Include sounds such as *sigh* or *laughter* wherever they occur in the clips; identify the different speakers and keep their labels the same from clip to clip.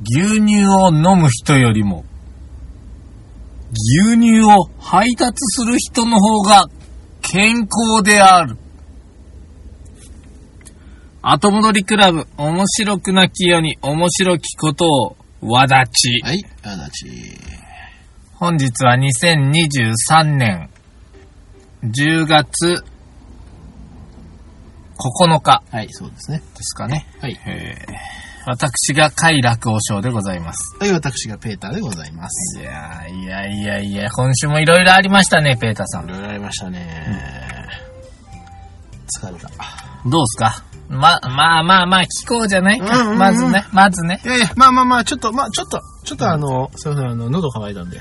Speaker 1: 牛乳を飲む人よりも、牛乳を配達する人の方が健康である。後戻りクラブ、面白くなきように面白きことを、わだち。
Speaker 2: はい、あだち。
Speaker 1: 本日は2023年10月9日
Speaker 2: はい、そうですね。
Speaker 1: ですかね。
Speaker 2: はい。
Speaker 1: えー私が快楽王将でございます。
Speaker 2: はい、私がペーターでございます。
Speaker 1: いやーいやいやいや、今週もいろいろありましたね、ペータさ
Speaker 2: い
Speaker 1: ん。
Speaker 2: ろいろありましたね。疲れた。
Speaker 1: どうすかま、まあまあまあ、聞こうじゃない
Speaker 2: うんうん
Speaker 1: か。
Speaker 2: うん
Speaker 1: まずね、まずね。
Speaker 2: いやいや、まあまあまあ、ちょっと、まあちょっと、ちょっとあの、そういうふうにあの、喉乾いたんで。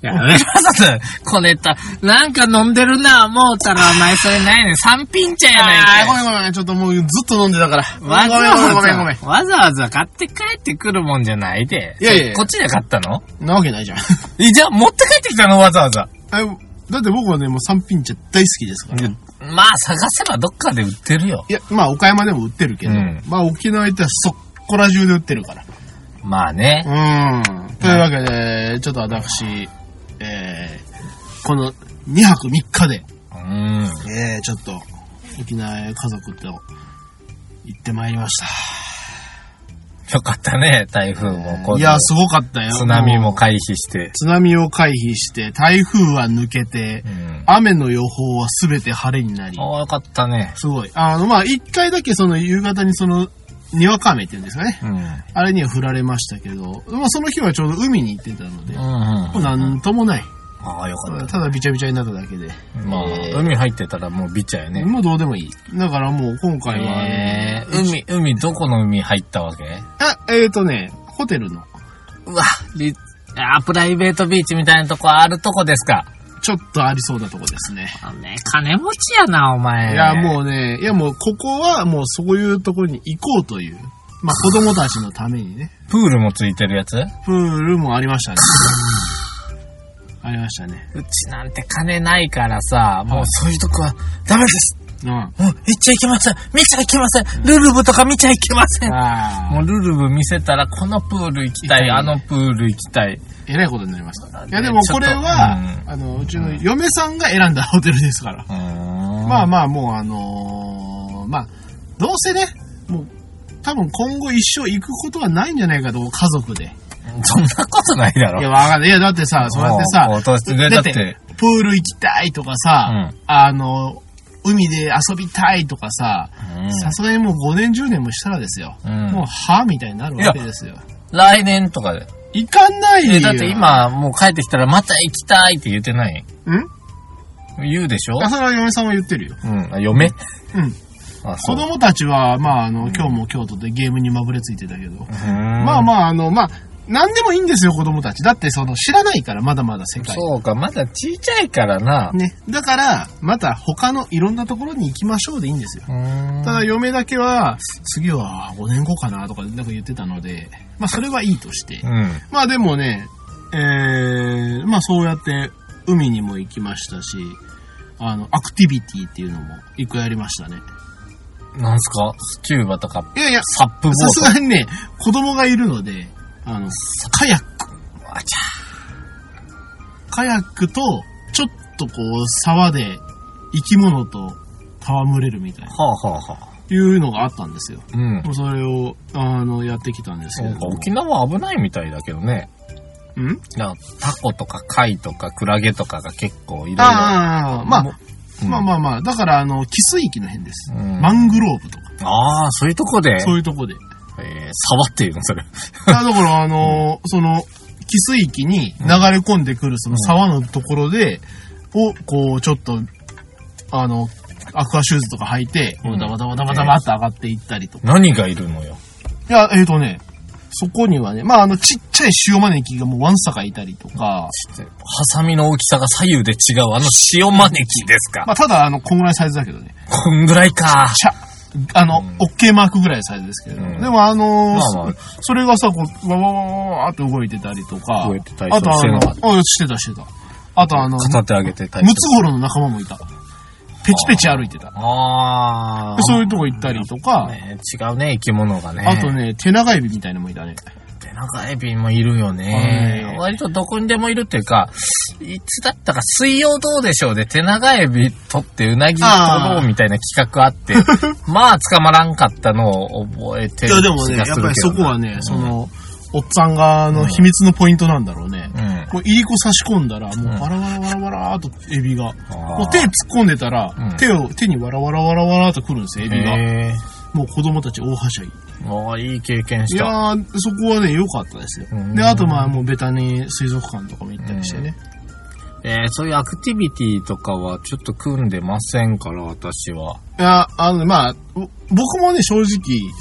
Speaker 1: やめなさい。こねた。なんか飲んでるな、思うたら、お前それないねん。三品茶やないか
Speaker 2: あ
Speaker 1: い
Speaker 2: ーごめんごめん、ちょっともうずっと飲んでたから。ご
Speaker 1: わざ
Speaker 2: めんごめんごめんごめ
Speaker 1: わ
Speaker 2: ん。
Speaker 1: ざ、わざわざ買って帰ってくるもんじゃないで。
Speaker 2: いやいやいや
Speaker 1: こっちで買ったの
Speaker 2: なわけないじゃ *laughs* ん。
Speaker 1: え、じゃあ持って帰ってきたのわざわざ。
Speaker 2: あだって僕はね、もう三品茶大好きですから。い
Speaker 1: まあ探せばどっかで売ってるよ。
Speaker 2: や、まあ岡山でも売ってるけど、
Speaker 1: うん
Speaker 2: まあ沖縄行ったらそこら中で売ってるから。
Speaker 1: まあね。
Speaker 2: うん。というわけで、ちょっと私、えー、この2泊3日で、
Speaker 1: うん。
Speaker 2: えー、ちょっと沖縄へ家族と行ってまいりました。
Speaker 1: よかったね、台風も。こう
Speaker 2: いや、すごかったよ。
Speaker 1: 津波も回避して。
Speaker 2: 津波を回避して、台風は抜けて
Speaker 1: う、ん。
Speaker 2: 雨の予報は全て晴れになり、
Speaker 1: ああ、よかったね。
Speaker 2: すごい。あの、まあ、一回だけその夕方にその、にわか雨っていうんですかね。
Speaker 1: うん。うん
Speaker 2: あれには降られましたけど、まあ、その日はちょうど海に行ってたので、
Speaker 1: うん。
Speaker 2: なんともない。
Speaker 1: ああ、よかった
Speaker 2: だびちゃびちゃになっただけで。
Speaker 1: た。まあ、
Speaker 2: えー
Speaker 1: 海入ってたらもうビチャよね。
Speaker 2: もうどうでもいい。だからもう今回は、
Speaker 1: え
Speaker 2: ね
Speaker 1: ー、海、海、どこの海入ったわけ
Speaker 2: あ、えっ、ー、とね、ホテルの、
Speaker 1: うわ、り、あー、プライベートビーチみたいなとこあるとこですか。
Speaker 2: ちょっとありそうなとこですね。
Speaker 1: あのね、金持ちやな、お前。
Speaker 2: いや、もうね、いやもうここはもうそういうところに行こうという。まあ、子供たちのためにね。
Speaker 1: う。プールもついてるやつ
Speaker 2: プールもありましたね。ありましたね。
Speaker 1: うちなんて金ないからさ、もうそういうとこはダメです。
Speaker 2: うん。
Speaker 1: もう行っちゃいけません。見ちゃいけません。ルルブとか見ちゃいけません。
Speaker 2: あ
Speaker 1: もうルルブ見せたら、このプール行きた
Speaker 2: 行きたい
Speaker 1: い、
Speaker 2: ね
Speaker 1: あのプール行きたい。
Speaker 2: えらいことになりました。いや
Speaker 1: ね
Speaker 2: でもこれは、
Speaker 1: ちょっ
Speaker 2: あの、うちの嫁さんが選んだホテルですから。ま
Speaker 1: ま
Speaker 2: あまあもうあのーまあ、どうせね、もう多分今後一生行くことはないんじゃないかと、家族で。
Speaker 1: そんなことないだろ。
Speaker 2: いや、わかんない。いや、だってさ、そうやってさ、
Speaker 1: おうおうだってねだって
Speaker 2: プール行きたいとかさ、
Speaker 1: う
Speaker 2: あの、海で遊びたいとかさ、
Speaker 1: うん
Speaker 2: さすがにもう5年10年もしたらですよ。
Speaker 1: うん
Speaker 2: もう、はみたいになるわけですよ。
Speaker 1: 来年とかで。
Speaker 2: 行かないよ。
Speaker 1: え、だって、今、もう帰ってきたら、また行きたいって言ってない
Speaker 2: ん
Speaker 1: 言うでしょ
Speaker 2: あ、それは嫁さんは言ってるよ。
Speaker 1: うん。あ嫁
Speaker 2: うん。
Speaker 1: あ、そ
Speaker 2: 子
Speaker 1: う。
Speaker 2: 供たちは、まあ、あの、今日も京都でゲームにまぶれついてたけど。
Speaker 1: ま
Speaker 2: まあまあ、あの、まあ、なんでもいいんですよ、子供たち。だって、その、知らないから、まだまだ世界。
Speaker 1: そうか、まだちいちゃいからな。
Speaker 2: ね。だから、また他のいろんなところに行きましょうでいいんですよ。
Speaker 1: うーん
Speaker 2: ただ、嫁だけは、次は5年後かな、とか、なんか言ってたので、まあ、それはいいとして。
Speaker 1: うん。
Speaker 2: まあ、でもね、えー、まあ、そうやって、海にも行きましたし、あの、アクティビティっていうのも、一個やりましたね。
Speaker 1: なんすかスキューバとか、
Speaker 2: いやいや、
Speaker 1: サップボー
Speaker 2: さ
Speaker 1: ト。
Speaker 2: すがにね、子供がいるので、あの、カヤック。
Speaker 1: あち
Speaker 2: カヤックと、ちょっとこう、沢で生き物と戯れるみたいな
Speaker 1: ゃ、はあはあはあ。
Speaker 2: いうのがあったんですよ。
Speaker 1: うん。
Speaker 2: もうそれを、あの、やってきたんですけ
Speaker 1: そう
Speaker 2: ど
Speaker 1: か、
Speaker 2: も。
Speaker 1: 沖縄危ないみたいだけどね。
Speaker 2: うん
Speaker 1: なんかタコとか貝とかクラゲとかが結構いろいろ。
Speaker 2: ああ、まあ、
Speaker 1: うん
Speaker 2: まあまあまあ、だから、あの、寄水域の辺です。
Speaker 1: うん
Speaker 2: マングローブとか、
Speaker 1: ああ、そういうとこで、
Speaker 2: そういうとこで。
Speaker 1: えー、沢っていうの、それ。
Speaker 2: あだから、あの、その、寄水域に流れ込んでくるその沢のところで、を、こう、ちょっと、あの、アクアシューズとか履いて、
Speaker 1: うん
Speaker 2: ダバダバダバダバって上がっていったりとか。
Speaker 1: 何がいるのよ。
Speaker 2: いや、えっ、とね、そこにはね、まあ、あの、ちっちゃい塩招きがもうワンサカいたりとか、
Speaker 1: ちょっとハサミの大きさが左右で違う、あの塩招きですか。
Speaker 2: まあ、ただ、あの、こんぐらいサイズだけどね。
Speaker 1: こんぐらいか。
Speaker 2: シャあの、
Speaker 1: うん
Speaker 2: オッケーマークぐらいのサイズですけれども、
Speaker 1: うん
Speaker 2: でもあのー
Speaker 1: まあまあ
Speaker 2: そそれがさ、こう、わわわわわーって動いてたりとか、
Speaker 1: 動いてたり
Speaker 2: あとあ
Speaker 1: してな
Speaker 2: の
Speaker 1: かっ、
Speaker 2: あしてたしてた。あとあの、
Speaker 1: 片手上げてたり
Speaker 2: ム
Speaker 1: と
Speaker 2: ツゴロウの仲間もいた。ペチペチ歩いてた。
Speaker 1: ああ。
Speaker 2: そういうとこ行ったりとか、
Speaker 1: ね、違うね、生き物がね。
Speaker 2: あと。ね、手長エビみたいなのもいたね。
Speaker 1: 手長エビもいるよね。
Speaker 2: はい
Speaker 1: 割とどこにでもいるっていうか、いつだったか水曜どうでしょうで手長エビ取ってうなぎ取ろうみたいな企画あっ
Speaker 2: *laughs*
Speaker 1: て、まあ捕まらんかったのを覚えて
Speaker 2: い
Speaker 1: る
Speaker 2: や
Speaker 1: 気
Speaker 2: でも
Speaker 1: がす
Speaker 2: ね、
Speaker 1: るけどな。
Speaker 2: やっぱりそこはね、そ
Speaker 1: うん、
Speaker 2: の、おっさん側の秘密のポイントなんだろうね。
Speaker 1: うん。
Speaker 2: こう、入り子差し込んだら、も
Speaker 1: うん
Speaker 2: うバラバラバラバラーとエビが。も
Speaker 1: も
Speaker 2: う手突っ込んでたら、
Speaker 1: うん
Speaker 2: 手を、手にわらわらわらわらと来るんですよ、エビが。
Speaker 1: へ
Speaker 2: もう子供たち大はしゃぎ。
Speaker 1: ーああ、いい経験
Speaker 2: い
Speaker 1: した。
Speaker 2: やー、そこはね、良かったですよ
Speaker 1: うん。
Speaker 2: で、あとまあ、もうベタに水族館とかも行ったりしてね。
Speaker 1: えーそういうアクティビティとかはちょっと組んでませんから、私は。
Speaker 2: いや、あの、まあ、お僕もね、正直、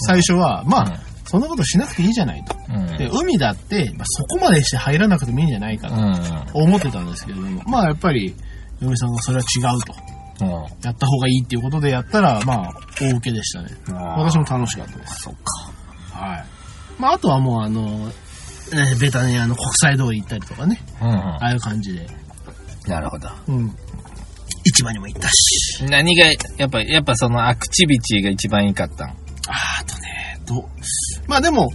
Speaker 2: 最初は、まあ、そんなことしなくていいじゃないと。
Speaker 1: うん。うん。
Speaker 2: で、海だって、まあ、そこまでして入らなくてもいいんじゃないか
Speaker 1: う
Speaker 2: と
Speaker 1: ん。
Speaker 2: 思ってたんですけれども、まあ、やっぱり、嫁さんがそれは違うと。
Speaker 1: うん。
Speaker 2: やった方がいいっていうことでやったら、まあ、大受けでしたね。
Speaker 1: あー
Speaker 2: 私も楽しかったです。
Speaker 1: そっか。
Speaker 2: はい。まあ、あとはもう、あの、えーベタね、あの、国際通り行ったりとかね。
Speaker 1: うん、
Speaker 2: ああいう感じで。
Speaker 1: なるほど。
Speaker 2: うん。市場にも行ったし。
Speaker 1: 何が、やっぱ、やっぱそのアクティビティが一番いいかったん
Speaker 2: あーあとね、どう、まあでも、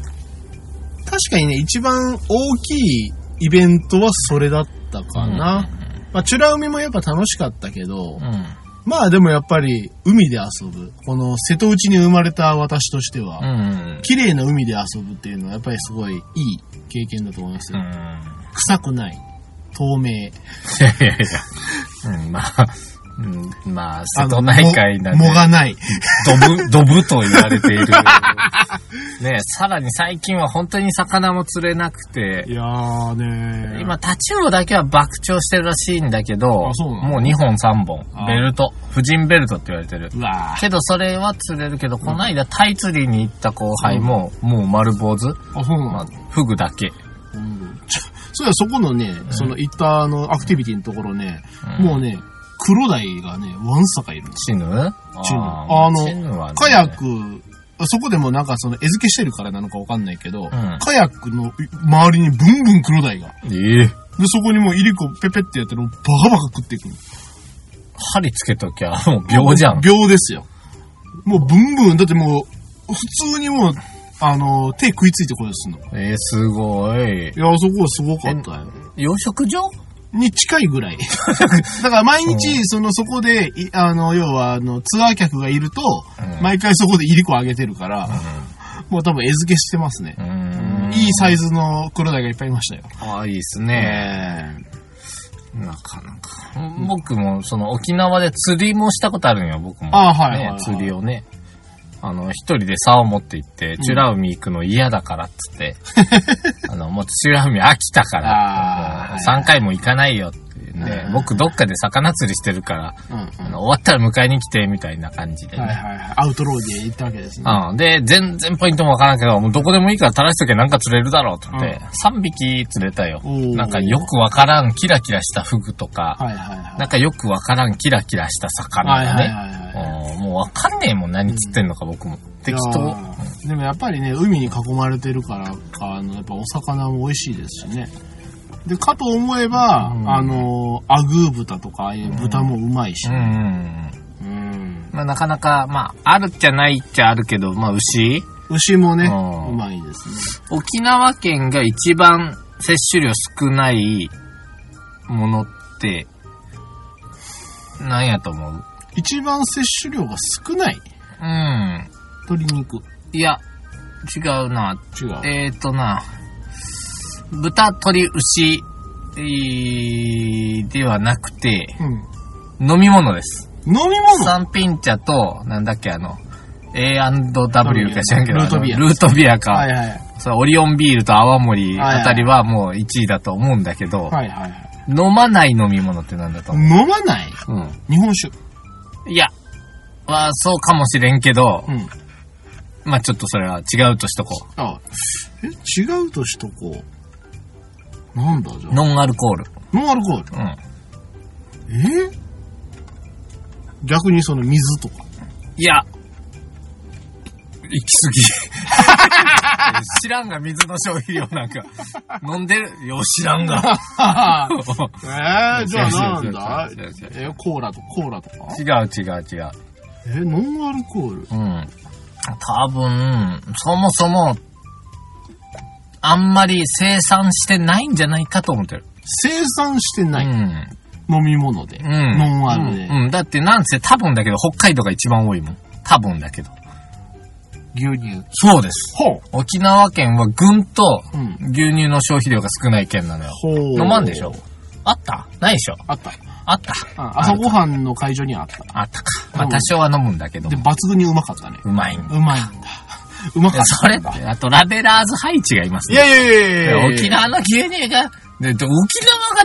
Speaker 2: 確かにね、一番大きいイベントはそれだったかな。まあ、チュラ海もやっぱ楽しかったけ
Speaker 1: う
Speaker 2: ど、
Speaker 1: ん。
Speaker 2: まあでもやっぱり海で遊ぶ。この瀬戸内に生まれた私としては、
Speaker 1: うん。
Speaker 2: 綺麗な海で遊ぶっていうのはやっぱりすごいいい経験だと思います
Speaker 1: う
Speaker 2: よ。
Speaker 1: ん。
Speaker 2: 臭くない。透明。
Speaker 1: いやいやいや。うん、まあ、うん、まあ、瀬戸内海なん
Speaker 2: も
Speaker 1: で
Speaker 2: 藻、がない。
Speaker 1: ド *laughs* ブ、ドブと言われてい *laughs* る。ねさらに最近は本当に魚も釣れなくて、
Speaker 2: いやーねー。
Speaker 1: 今、タチウオだけは爆鳥してるらしいんだけど、
Speaker 2: あそうなの
Speaker 1: もう2本3本
Speaker 2: あ。
Speaker 1: ベルト。婦人ベルトって言われてる。
Speaker 2: うわ
Speaker 1: けどそれは釣れるけど、この間タイ釣りに行った後輩も、もう丸坊主。
Speaker 2: ー。あ、そうなの
Speaker 1: まあ、フグだけ。
Speaker 2: うんちょそうだ、そこのね、その行ったあの、アクティビティのところね、
Speaker 1: うん
Speaker 2: もうね、クロダイがね、ワンサカいるんです。
Speaker 1: チヌあ
Speaker 2: チヌ
Speaker 1: ー
Speaker 2: あの
Speaker 1: チヌはね
Speaker 2: カヤック、そこでもなんかその餌付けしてるからなのかわかんないけど、カヤックの周りにブンブンクロダイが。で、
Speaker 1: ええ
Speaker 2: そこにもうイリコペペってやってるのバカバカ食っていくる。
Speaker 1: 針つけときゃ、もう秒じゃん。
Speaker 2: 秒ですよ。もうブンブン、だってもう、普通にもう、あの、手食いついてこようとすんの。
Speaker 1: ええすごい。
Speaker 2: いや、そこはすごかったよ。
Speaker 1: 養殖場
Speaker 2: に近い
Speaker 1: *laughs*
Speaker 2: ぐらい。だから毎日、その、そこで、いあの、要は、あの、ツアー客がいると、
Speaker 1: うん
Speaker 2: 毎回そこでイリコあげてるから、もう多分餌付けしてますね
Speaker 1: う。ーん。
Speaker 2: いいサイズの黒鯛がいっぱいいましたよ。
Speaker 1: ああ、いいですね。なかなか。僕も、その、沖縄で釣りもしたことあるんよ、僕も。
Speaker 2: ああはいはいはい
Speaker 1: ね釣りをね。あの、一人で竿持って行って、チュラ海行くの嫌だからっつ *laughs* って。あの、もうチュラ海飽きたから
Speaker 2: ああ。
Speaker 1: もう3回も行かないよっていうん
Speaker 2: はい
Speaker 1: で
Speaker 2: は、い
Speaker 1: 僕どっかで魚釣りしてるから、
Speaker 2: うんうん。
Speaker 1: あの、終わったら迎えに来て、みたいな感じで
Speaker 2: はいはい
Speaker 1: ね。
Speaker 2: はい。アウトローで行ったわけですね。
Speaker 1: うん。で、全然ポイントもわからんけど、もうどこでもいいから垂らしとけなんか釣れるだろうってって、3匹釣れたよ。
Speaker 2: おー
Speaker 1: なんかよくわからんキラキラしたフグとか、
Speaker 2: はいはいはい。
Speaker 1: なんかよくわからんキラキラした
Speaker 2: は
Speaker 1: 魚
Speaker 2: い
Speaker 1: が
Speaker 2: はい
Speaker 1: ね。
Speaker 2: はいはい。
Speaker 1: うんもうわかんねえもん、何釣ってんのか僕も。適
Speaker 2: いや
Speaker 1: 当。
Speaker 2: ーでもやっぱりね、海に囲まれてるからか、あの、やっぱお魚も美味しいですしね。で、かと思えば、
Speaker 1: うん
Speaker 2: あの、アグー豚とか、ああいう豚もうまいし
Speaker 1: うん。う。ん
Speaker 2: うん。
Speaker 1: まあなかなか、まあ、あるっちゃないっちゃあるけど、まあ牛
Speaker 2: 牛もね、
Speaker 1: うん
Speaker 2: うまいですね。
Speaker 1: 沖縄県が一番摂取量少ないものって、何やと思う
Speaker 2: 一番摂取量が少ない
Speaker 1: うん。
Speaker 2: 鶏肉。
Speaker 1: いや、違うな。
Speaker 2: 違う。
Speaker 1: えー、とな、豚、鶏、牛、えーではなくて、
Speaker 2: うん。
Speaker 1: 飲み物です。
Speaker 2: 飲み物
Speaker 1: 三品茶と、なんだっけ、あの、A&W か知らんけど、
Speaker 2: ルートビア
Speaker 1: あのルートビアか、
Speaker 2: はいはい。
Speaker 1: それオリオンビールと泡盛
Speaker 2: はいはい
Speaker 1: あたりはもう1位だと思うんだけど、
Speaker 2: はいはいはい。
Speaker 1: 飲まない飲み物ってなんだと思、
Speaker 2: 飲まないう日本酒。
Speaker 1: うん、いや、はそうかもしれんけど、
Speaker 2: うん。
Speaker 1: まあちょっとそれは違うとしとこ
Speaker 2: あえ、違うとしとこう。なんだじゃ
Speaker 1: う。
Speaker 2: あ。
Speaker 1: ノンアルコール。
Speaker 2: ノンアルコール。
Speaker 1: うん。
Speaker 2: え逆にその水とか。
Speaker 1: いや、行き *laughs* 知らんが、水の消費量なんか。飲んでるよ、知らんが。 *laughs*
Speaker 2: えー、じゃあなんだ
Speaker 1: 違う違う違う違う
Speaker 2: えー、コーラと、コーラとか
Speaker 1: 違う違う違う。
Speaker 2: えー、ノンアルコール
Speaker 1: うん。多分、そもそも、あんまり生産してないんじゃないかと思ってる。
Speaker 2: 生産してない、
Speaker 1: うん。
Speaker 2: 飲み物で、
Speaker 1: うん。
Speaker 2: ノンアルで、
Speaker 1: うん。だってなんせ多分だけど、北海道が一番多いもん。多分だけど。
Speaker 2: 牛乳。
Speaker 1: そうです。
Speaker 2: ほう。
Speaker 1: 沖縄県はぐんと
Speaker 2: うん。
Speaker 1: 牛乳の消費量が少ない県なのよ。
Speaker 2: ほう。
Speaker 1: 飲まんでしょあったないでしょ
Speaker 2: あった。
Speaker 1: あった
Speaker 2: うん朝ごはんの会場にはあった。
Speaker 1: あったか。まあ多少は飲むんだけど
Speaker 2: で、、抜群にうまかったね。
Speaker 1: うまいんだ。
Speaker 2: うまいんだ。うまかった。
Speaker 1: それって、あとラベラーズハイチがいます
Speaker 2: い
Speaker 1: ね。
Speaker 2: やいやいやいやいや
Speaker 1: 沖縄の牛乳が、でで沖縄が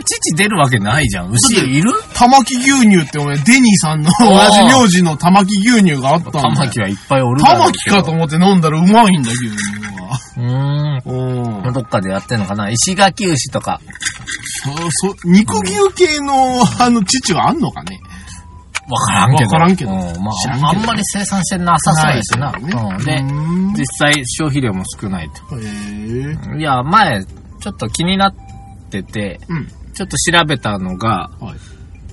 Speaker 1: 乳出るわけないじゃん。牛いる
Speaker 2: 玉木牛乳ってお前、デニーさんの同じ名字の玉木牛乳があったんだよ。
Speaker 1: 玉木はいっぱいおるだろ
Speaker 2: 玉
Speaker 1: う
Speaker 2: 木
Speaker 1: けど
Speaker 2: かと思って飲んだらうまいんだ、牛乳は。
Speaker 1: うーん。
Speaker 2: うん
Speaker 1: どっかでやってんのかな石垣牛とか。
Speaker 2: そ、そ、肉牛系の、あの、父はあんのかね
Speaker 1: わからんけど。
Speaker 2: わからんけど
Speaker 1: うんま
Speaker 2: 知らんけど
Speaker 1: あ、あんまり生産してなさそうやしな。
Speaker 2: ないですよね
Speaker 1: うんで、実際消費量も少ないと。
Speaker 2: へえ。
Speaker 1: いや、前、ちょっと気になってて、
Speaker 2: うん。
Speaker 1: ちょっと調べたのが、
Speaker 2: は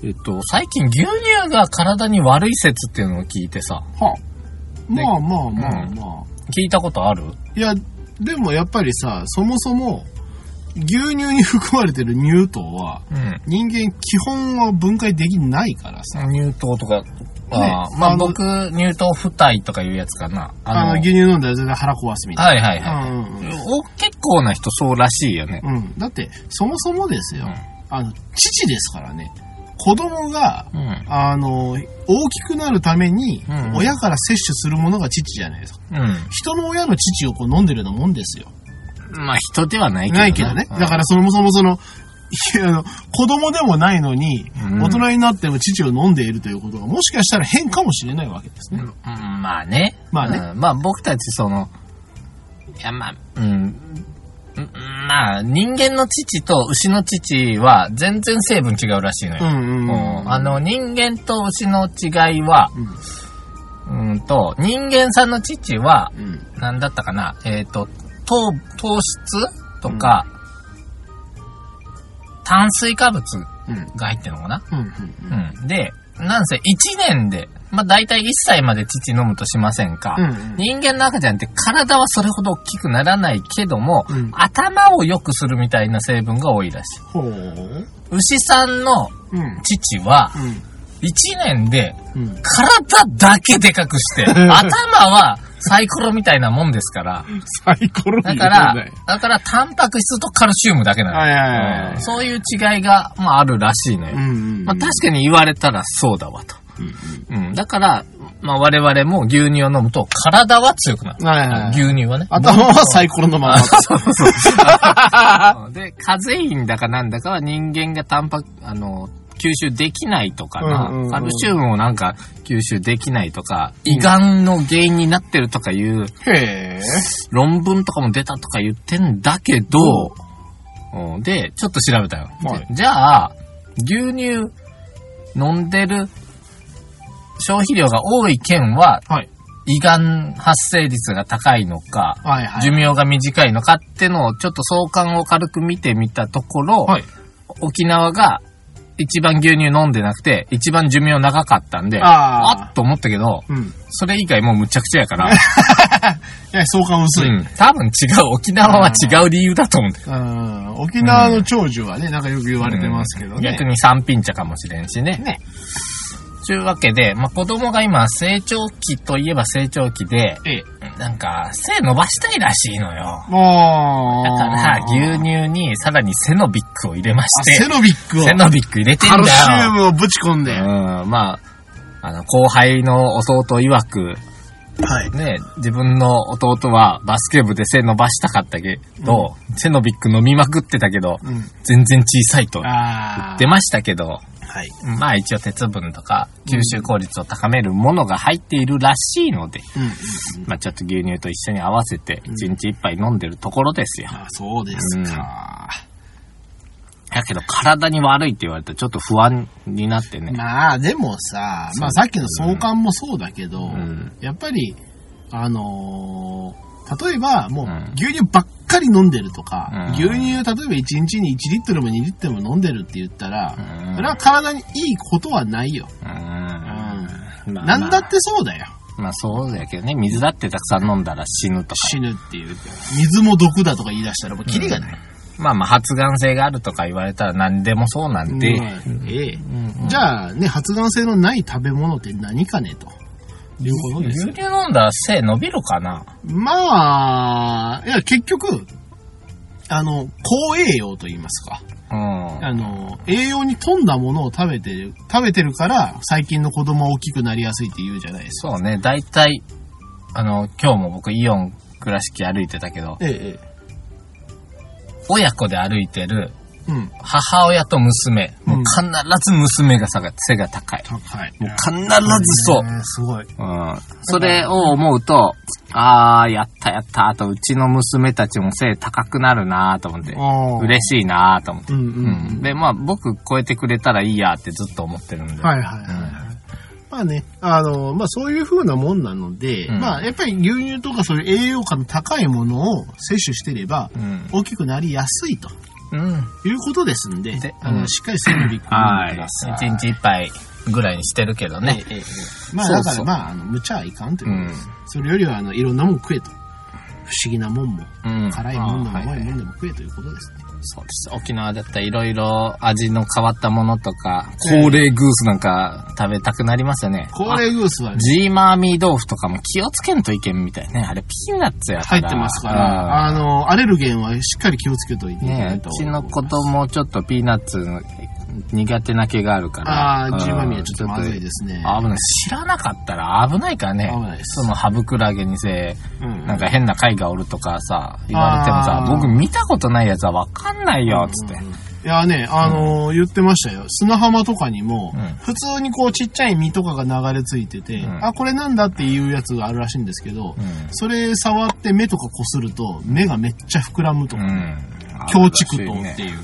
Speaker 2: い。
Speaker 1: えっと、最近牛乳が体に悪い説っていうのを聞いてさ、
Speaker 2: はあ。まあまあまあ
Speaker 1: うん
Speaker 2: まあ。
Speaker 1: 聞いたことある
Speaker 2: いや、でもやっぱりさ、そもそも、牛乳に含まれてる乳糖は、
Speaker 1: うん。
Speaker 2: 人間基本は分解できないからさ。
Speaker 1: 乳糖とか、あーま
Speaker 2: あ
Speaker 1: あ
Speaker 2: の
Speaker 1: 僕、乳糖不体とかいうやつかな。
Speaker 2: あの、
Speaker 1: あの、
Speaker 2: 牛乳飲んだら全然腹壊すみたい
Speaker 1: はいはいはい。
Speaker 2: な。うんうん
Speaker 1: お結構な人そうらしいよね。
Speaker 2: うん。うん。だって、そもそもですよ、
Speaker 1: うん
Speaker 2: あの、父ですからね、子供が、
Speaker 1: うん。
Speaker 2: あの、大きくなるために
Speaker 1: う、ん
Speaker 2: 親から摂取するものが父じゃないですか。
Speaker 1: うん。
Speaker 2: 人の親の父をこう飲んでるようなもんですよ。
Speaker 1: まあ人ではないけど
Speaker 2: ないけどね。
Speaker 1: うん
Speaker 2: だからそもそもその、 *laughs* いやあの、子供でもないのに、
Speaker 1: うん
Speaker 2: 大人になっても父を飲んでいるということが、もしかしたら変かもしれないわけですね。
Speaker 1: うんまあね。
Speaker 2: まあね
Speaker 1: うんまあ僕たちその、いやまあ、うん。うんまあ、人間の父と牛の父は全然成分違うらしいの
Speaker 2: うん
Speaker 1: よ。
Speaker 2: うん
Speaker 1: うんあ、の、人間と牛の違いは、うんと、人間さんの父は、
Speaker 2: うん。
Speaker 1: なんだったかな、えっ、と、糖、糖質とか、炭水化物
Speaker 2: うん。
Speaker 1: が入ってるのかな
Speaker 2: うん。
Speaker 1: うん。で、なんせ1年で、まあ、大体1歳まで乳飲むとしませんか。
Speaker 2: うん。うん。
Speaker 1: 人間の赤ちゃんって体はそれほど大きくならないけども、
Speaker 2: うん
Speaker 1: 頭を良くするみたいな成分が多いらしい。
Speaker 2: ほう。
Speaker 1: 牛さんの
Speaker 2: うん。
Speaker 1: 父は、
Speaker 2: うん。
Speaker 1: 1年で *laughs*
Speaker 2: うん。
Speaker 1: 体だけでかく
Speaker 2: *laughs*
Speaker 1: して、頭はサイコロみたいなもんですから、
Speaker 2: サイコロに
Speaker 1: だ
Speaker 2: 言う
Speaker 1: か
Speaker 2: と
Speaker 1: ら
Speaker 2: ね、
Speaker 1: だからタンパク質とカルシウムだけなの。
Speaker 2: はいはいはいはい
Speaker 1: うんそういう違いが、まあ、あるらしいのよ。
Speaker 2: うんうん。
Speaker 1: まあ、確かに言われたらそうだわと。
Speaker 2: うん
Speaker 1: うん。だから、まあ、我々も牛乳を飲むと体は強くな
Speaker 2: うん。はいはい
Speaker 1: る。
Speaker 2: はい。
Speaker 1: 牛乳はね。
Speaker 2: 頭はサイコロのまま。
Speaker 1: そうそうそう。で、カゼインだかなんだかは人間がタンパク、あの、吸収できないとかな、
Speaker 2: うんうんうん
Speaker 1: カルシウムをなんか吸収できないとか、胃がんの原因になってるとかいう
Speaker 2: へえ。
Speaker 1: 論文とかも出たとか言ってんだけど、うんで、ちょっと調べたよ。
Speaker 2: はい
Speaker 1: じゃあ、牛乳飲んでる消費量が多い県は
Speaker 2: はい。
Speaker 1: 胃がん発生率が高いのか、
Speaker 2: はいはい。
Speaker 1: 寿命が短いのかってのをちょっと相関を軽く見てみたところ、
Speaker 2: はい。
Speaker 1: 沖縄が一番牛乳飲んでなくて、一番寿命長かったんで、
Speaker 2: あー
Speaker 1: っと思ったけど、
Speaker 2: うん。い
Speaker 1: それ以外もうむちゃくちゃやから、
Speaker 2: や、相関薄い。
Speaker 1: うん多分違う、沖縄は違う理由だと思うんだよ。
Speaker 2: うん。沖縄の長寿はね、なんかよく言われてますけどね。
Speaker 1: 逆に三品茶かもしれんしね。
Speaker 2: ね。
Speaker 1: というわけで、まあ、子供が今成長期といえば成長期で、
Speaker 2: ええ。
Speaker 1: なんか背伸ばしたいらしいのよ。
Speaker 2: もう。
Speaker 1: だから牛乳にさらにセノビックを入れまし
Speaker 2: あ
Speaker 1: て、
Speaker 2: セノビックを。
Speaker 1: セノビック入れてんだ
Speaker 2: カ
Speaker 1: よ。
Speaker 2: ルシウムをぶち込んで。
Speaker 1: うん、まあ、あの、後輩の弟曰く、
Speaker 2: はい。
Speaker 1: ね、自分の弟はバスケ部で背伸ばしたかったけど、セノビック飲みまくってたけど、
Speaker 2: うん。
Speaker 1: 全然小さいと
Speaker 2: あ
Speaker 1: 出ましたけど、
Speaker 2: あ。はい。
Speaker 1: まあ一応鉄分とか吸収効率を高めるものが入っているらしいので、
Speaker 2: うん。
Speaker 1: まあちょっと牛乳と一緒に合わせて1日1杯飲んでるところですよ。
Speaker 2: あそうですか。
Speaker 1: だけど体に悪いって言われたらちょっと不安になってね。
Speaker 2: まあ、でもさ、まあさっきの相関もそうだけど、
Speaker 1: ん
Speaker 2: やっぱり、あのー例えば、も
Speaker 1: うん
Speaker 2: う、牛乳ばっかり飲んでるとか、
Speaker 1: うん
Speaker 2: 牛乳、例えば1日に1リットルも2リットルも飲んでるって言ったら、
Speaker 1: うん
Speaker 2: それは体にいいことはないよ。
Speaker 1: うん。まあ
Speaker 2: なんだってそうだよ。
Speaker 1: まあそうだけどね、水だってたくさん飲んだら死ぬとか。
Speaker 2: 死ぬっていう。水も毒だとか言い出したら、もうキリがない。
Speaker 1: まあまあ発がん性があるとか言われたら何でもそうなんで。
Speaker 2: うんええ
Speaker 1: うん
Speaker 2: じゃあ、ね、発がん性のない食べ物って何かねと。いうことで
Speaker 1: 牛
Speaker 2: すよ
Speaker 1: 乳飲んだら背伸びるかな
Speaker 2: まあ、いや、結局、あの、高栄養と言いますか。
Speaker 1: うん。
Speaker 2: あの、栄養に富んだものを食べてる、食べてるから、最近の子供は大きくなりやすいって言うじゃないですか。
Speaker 1: そうね、大体、あの、今日も僕イオン倉敷歩いてたけど、
Speaker 2: ええ、
Speaker 1: 親子で歩いてる
Speaker 2: ええ。うん。
Speaker 1: 母親と娘、もう必ず娘がさが背が高い。
Speaker 2: 高い。
Speaker 1: もう必ずそう。
Speaker 2: ねすご
Speaker 1: う
Speaker 2: い。
Speaker 1: ん。それを思うと、ああ、やったやった、と、うちの娘たちも背高くなるなと思って、
Speaker 2: ああ
Speaker 1: 嬉しいなと思って。
Speaker 2: うんう
Speaker 1: うん
Speaker 2: うん
Speaker 1: ん。。で、まあ、僕超えてくれたらいいやってずっと思ってるんで。
Speaker 2: はいはいはいはい。まあね、あの、まあそういう風なもんなので、
Speaker 1: うん
Speaker 2: まあやっぱり牛乳とかそういう栄養価の高いものを摂取してれば、
Speaker 1: うん。
Speaker 2: 大きくなりやすいと
Speaker 1: うん。
Speaker 2: いうことですんで、
Speaker 1: で
Speaker 2: あ
Speaker 1: う
Speaker 2: の
Speaker 1: ん
Speaker 2: しっかりセルビック
Speaker 1: は
Speaker 2: を飲んで
Speaker 1: い。
Speaker 2: ください。
Speaker 1: 一日一杯ぐらいにしてるけどね。
Speaker 2: ええええええまあ
Speaker 1: そうそう
Speaker 2: だからまあ、あの無茶はいかんということです。それよりは、あの、いろんなもん食えと。不思議なもんも、
Speaker 1: うん。
Speaker 2: 辛いもんでも
Speaker 1: あーは
Speaker 2: 甘
Speaker 1: い
Speaker 2: いもんでも食えということですね。
Speaker 1: そうです。沖縄だったらいろいろ味の変わったものとか、高齢グースなんか食べたくなりますよね。
Speaker 2: 高齢グースはね、
Speaker 1: ジーマーミー豆腐とかも気をつけんといけんみたいね。あれピーナッツやか
Speaker 2: 入
Speaker 1: ら。
Speaker 2: ってますから、あの、アレルゲンはしっかり気をつけといて
Speaker 1: うん。
Speaker 2: いただ
Speaker 1: ね
Speaker 2: い
Speaker 1: え、
Speaker 2: た
Speaker 1: う
Speaker 2: 方が
Speaker 1: ち
Speaker 2: いいと思いま
Speaker 1: の
Speaker 2: す
Speaker 1: 子供ちょっとピーナッツ苦手な毛があるから。
Speaker 2: ああ、ジーマミはちょっとまずい
Speaker 1: す。
Speaker 2: ですね。
Speaker 1: 危ない。知らなかったら危ないからね。
Speaker 2: 危ないです
Speaker 1: そのハブクラゲにせ、
Speaker 2: うん
Speaker 1: なんか変な貝がおるとかさ、言われてもさ
Speaker 2: あ、ー
Speaker 1: 僕見たことないやつはわかんないよ、つって。
Speaker 2: いやね、あのー言ってましたよ。砂浜とかにも、
Speaker 1: うん
Speaker 2: 普通にこうちっちゃい実とかが流れ着いてて、
Speaker 1: ん
Speaker 2: あ、これなんだっていうやつがあるらしいんですけど、
Speaker 1: ん
Speaker 2: それ触って目とかこすると、目がめっちゃ膨らむと
Speaker 1: う
Speaker 2: か、
Speaker 1: ん。
Speaker 2: 強畜糖って
Speaker 1: ね。
Speaker 2: いう。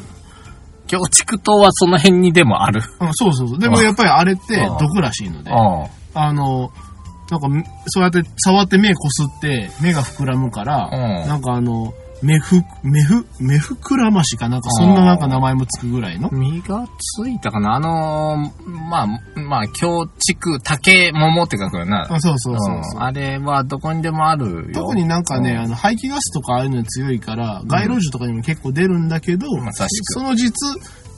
Speaker 1: 強畜糖はその辺にでもある。
Speaker 2: うん、そうそうそう。でもやっぱりあれって
Speaker 1: あ
Speaker 2: 毒らしいの
Speaker 1: う
Speaker 2: で、あ
Speaker 1: ん。
Speaker 2: のなんかめ、そうやって触って目こすって、目が膨らむから、
Speaker 1: うん
Speaker 2: なんかあの、目ふ、目ふ、目膨らましかなんか、そんななんか名前もつくぐらいの。
Speaker 1: 実がついたかなあのーまあ、まあ、京竹、竹桃って書くよな。
Speaker 2: あそうそうそうそう
Speaker 1: うん。あれはどこにでもあるよ。
Speaker 2: 特になんかね、
Speaker 1: うん
Speaker 2: あの排気ガスとかああいうのに強いから、街路樹とかにも結構出るんだけど、
Speaker 1: まさしく
Speaker 2: その実、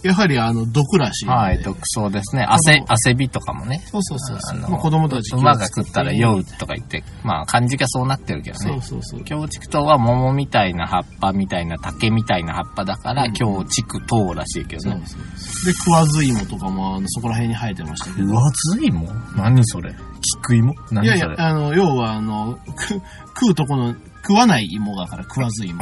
Speaker 2: やはりあの毒らしいので。
Speaker 1: はい、毒草ですね。汗、汗びとかもね。
Speaker 2: そうそうそうそう。
Speaker 1: あの
Speaker 2: まあ、子供たち
Speaker 1: 馬が食ったら酔
Speaker 2: う。
Speaker 1: うとか言って、まあ、漢字がそうなってるけど
Speaker 2: そう
Speaker 1: ね。
Speaker 2: そうそう。
Speaker 1: 京畜糖は桃みたいな葉っぱみたいな竹みたいな葉っぱだから、
Speaker 2: うん
Speaker 1: 京畜糖らしいけ
Speaker 2: そ
Speaker 1: ど
Speaker 2: う
Speaker 1: ね。
Speaker 2: そうそうで、食わず芋とかもあのそこら辺に生えてましたけど。
Speaker 1: うわずいも何それ菊芋何
Speaker 2: い
Speaker 1: そ
Speaker 2: や
Speaker 1: れ
Speaker 2: いや、あの、要はあの、く食うとこの、食わない芋だから食わ
Speaker 1: *laughs*
Speaker 2: ず芋。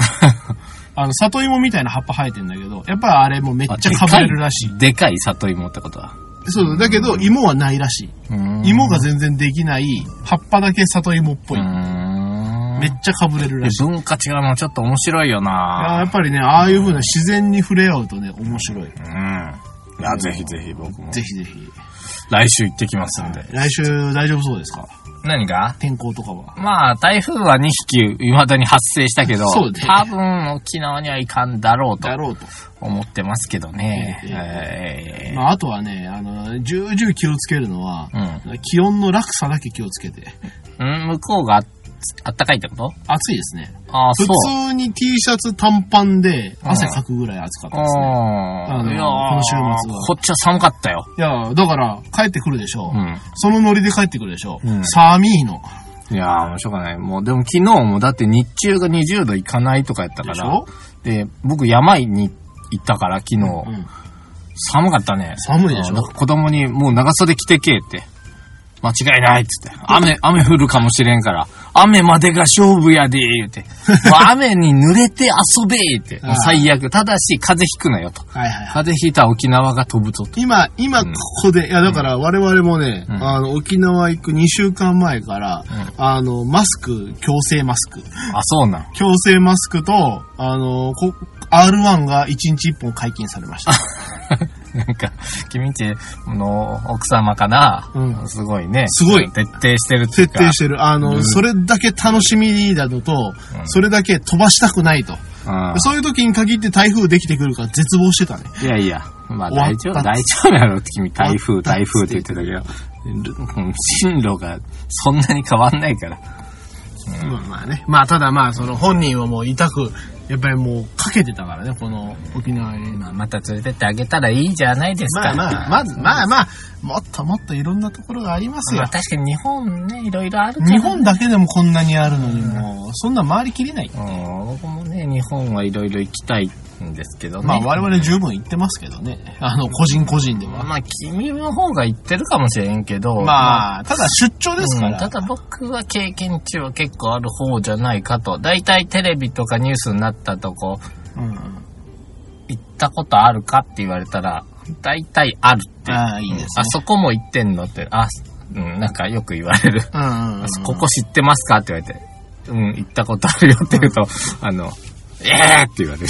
Speaker 2: あの、里芋みたいな葉っぱ生えてんだけど、やっぱりあれもめっちゃかぶれるらしい。
Speaker 1: でかい里芋ってことは。
Speaker 2: そうそう、だけど芋はないらしい。芋が全然できない、葉っぱだけ里芋っぽい。め
Speaker 1: め
Speaker 2: っちゃかぶれるらしい。
Speaker 1: 文化違うのちょっと面白いよ
Speaker 2: あー
Speaker 1: な
Speaker 2: やっぱりね、ああいう風な自然に触れ合うとね、面白い。ぜ
Speaker 1: うん。いや、ぜひぜひ僕も。
Speaker 2: ひぜひ。
Speaker 1: 来週行ってきますんで。
Speaker 2: 来週大丈夫そうですか
Speaker 1: 何が
Speaker 2: 天候とかは。
Speaker 1: まあ、台風は2匹、未だに発生したけど、
Speaker 2: そうね
Speaker 1: 多分沖縄にはいかんだろうと
Speaker 2: だろうと。
Speaker 1: 思ってますけどね。え
Speaker 2: まあ、あとはね、あの、重々気をつけるのは、気温の落差だけ気をつけて。
Speaker 1: えうん。うん向こうがああったかいってこと
Speaker 2: 暑いですね。
Speaker 1: ああ、そ
Speaker 2: 普
Speaker 1: う。
Speaker 2: 通に T シャツ短パンで汗かくぐらい暑かったですね。
Speaker 1: あ
Speaker 2: あの
Speaker 1: ーいやー
Speaker 2: この週末は
Speaker 1: こっちは寒かったよ。
Speaker 2: いや、だから帰ってくるでしょう。
Speaker 1: うん。
Speaker 2: そのノリで帰ってくるでしょう。
Speaker 1: うん
Speaker 2: 寒いの。
Speaker 1: いやー、もうしょうがない。もう、でも昨日もだって日中が20度いかないとかやったか
Speaker 2: でし
Speaker 1: ら
Speaker 2: ょ。
Speaker 1: で僕山に行ったから、昨日。
Speaker 2: うん。
Speaker 1: 寒かったね。
Speaker 2: 寒いでしょ
Speaker 1: うんなんか子供に、もう長袖着てけって。間違いないっつって。
Speaker 2: *laughs*
Speaker 1: 雨、雨降るかもしれんから。雨までが勝負やで言うて。もう雨に濡れて遊べって。もう最悪。ただし、風邪ひくなよと。
Speaker 2: はいはいはい。
Speaker 1: 風邪ひいたら沖縄が飛ぶぞと。
Speaker 2: 今、今、ここで、いや、だから、我々もね、
Speaker 1: うん
Speaker 2: あの、沖縄行く2週間前から、あの、マスク、強制マスク。
Speaker 1: あ、そうなん。
Speaker 2: 強制マスクと、あの、こ R1 が1日1本解禁されました。
Speaker 1: *laughs* なんか、君んちの奥様かな、
Speaker 2: うん
Speaker 1: すごいね。
Speaker 2: すごい
Speaker 1: 徹底してるってい
Speaker 2: 徹
Speaker 1: うか。
Speaker 2: 底してる。あの、
Speaker 1: うん
Speaker 2: それだけ楽しみだのと、それだけ飛ばしたくないと。
Speaker 1: うん
Speaker 2: そういう時に限って台風できてくるから絶望してたね。
Speaker 1: いやいや、まあ
Speaker 2: 終わ
Speaker 1: 大
Speaker 2: っ
Speaker 1: 丈
Speaker 2: た
Speaker 1: 夫、大丈夫やろって君、台
Speaker 2: 終わ
Speaker 1: 風、
Speaker 2: った
Speaker 1: 台風って言ってたけど、うん進路がそんなに変わんないから。
Speaker 2: まあまあね。まあただまあ、その本人はもう痛く、やっぱりもうかけてたからね、この沖縄に。
Speaker 1: まあまた連れてってあげたらいいじゃない
Speaker 2: *laughs*
Speaker 1: です
Speaker 2: ま
Speaker 1: か。
Speaker 2: あまあ、まず、まあまあ、もっともっといろんなところがあります
Speaker 1: ま
Speaker 2: よ
Speaker 1: あ。確かに日本ね、いろいろあるから
Speaker 2: 日本だけでもこんなにあるのに、もう、そんな回りきれない。
Speaker 1: うん、僕もね、日本はいろいろ行きたいんですけどね。
Speaker 2: まあ我々十分言ってますけどね。あの、個人個人では。
Speaker 1: まあ君の方が行ってるかもしれんけど、
Speaker 2: まあ、ただ出張ですか
Speaker 1: うんた
Speaker 2: ら。
Speaker 1: だ僕は経験値は結構ある方じゃないかと。だいたいテレビとかニュースになったとこ、
Speaker 2: うん。
Speaker 1: 行ったことあるかって言われたら、だいたいあるって。
Speaker 2: ああ、いいですね。
Speaker 1: あそこも行ってんのって、あ、うん、なんかよく言われる。
Speaker 2: うんうんうん。
Speaker 1: *laughs* ここ知ってますかって言われて、うん、行ったことあるよって言うと、あの、ええーって言われる。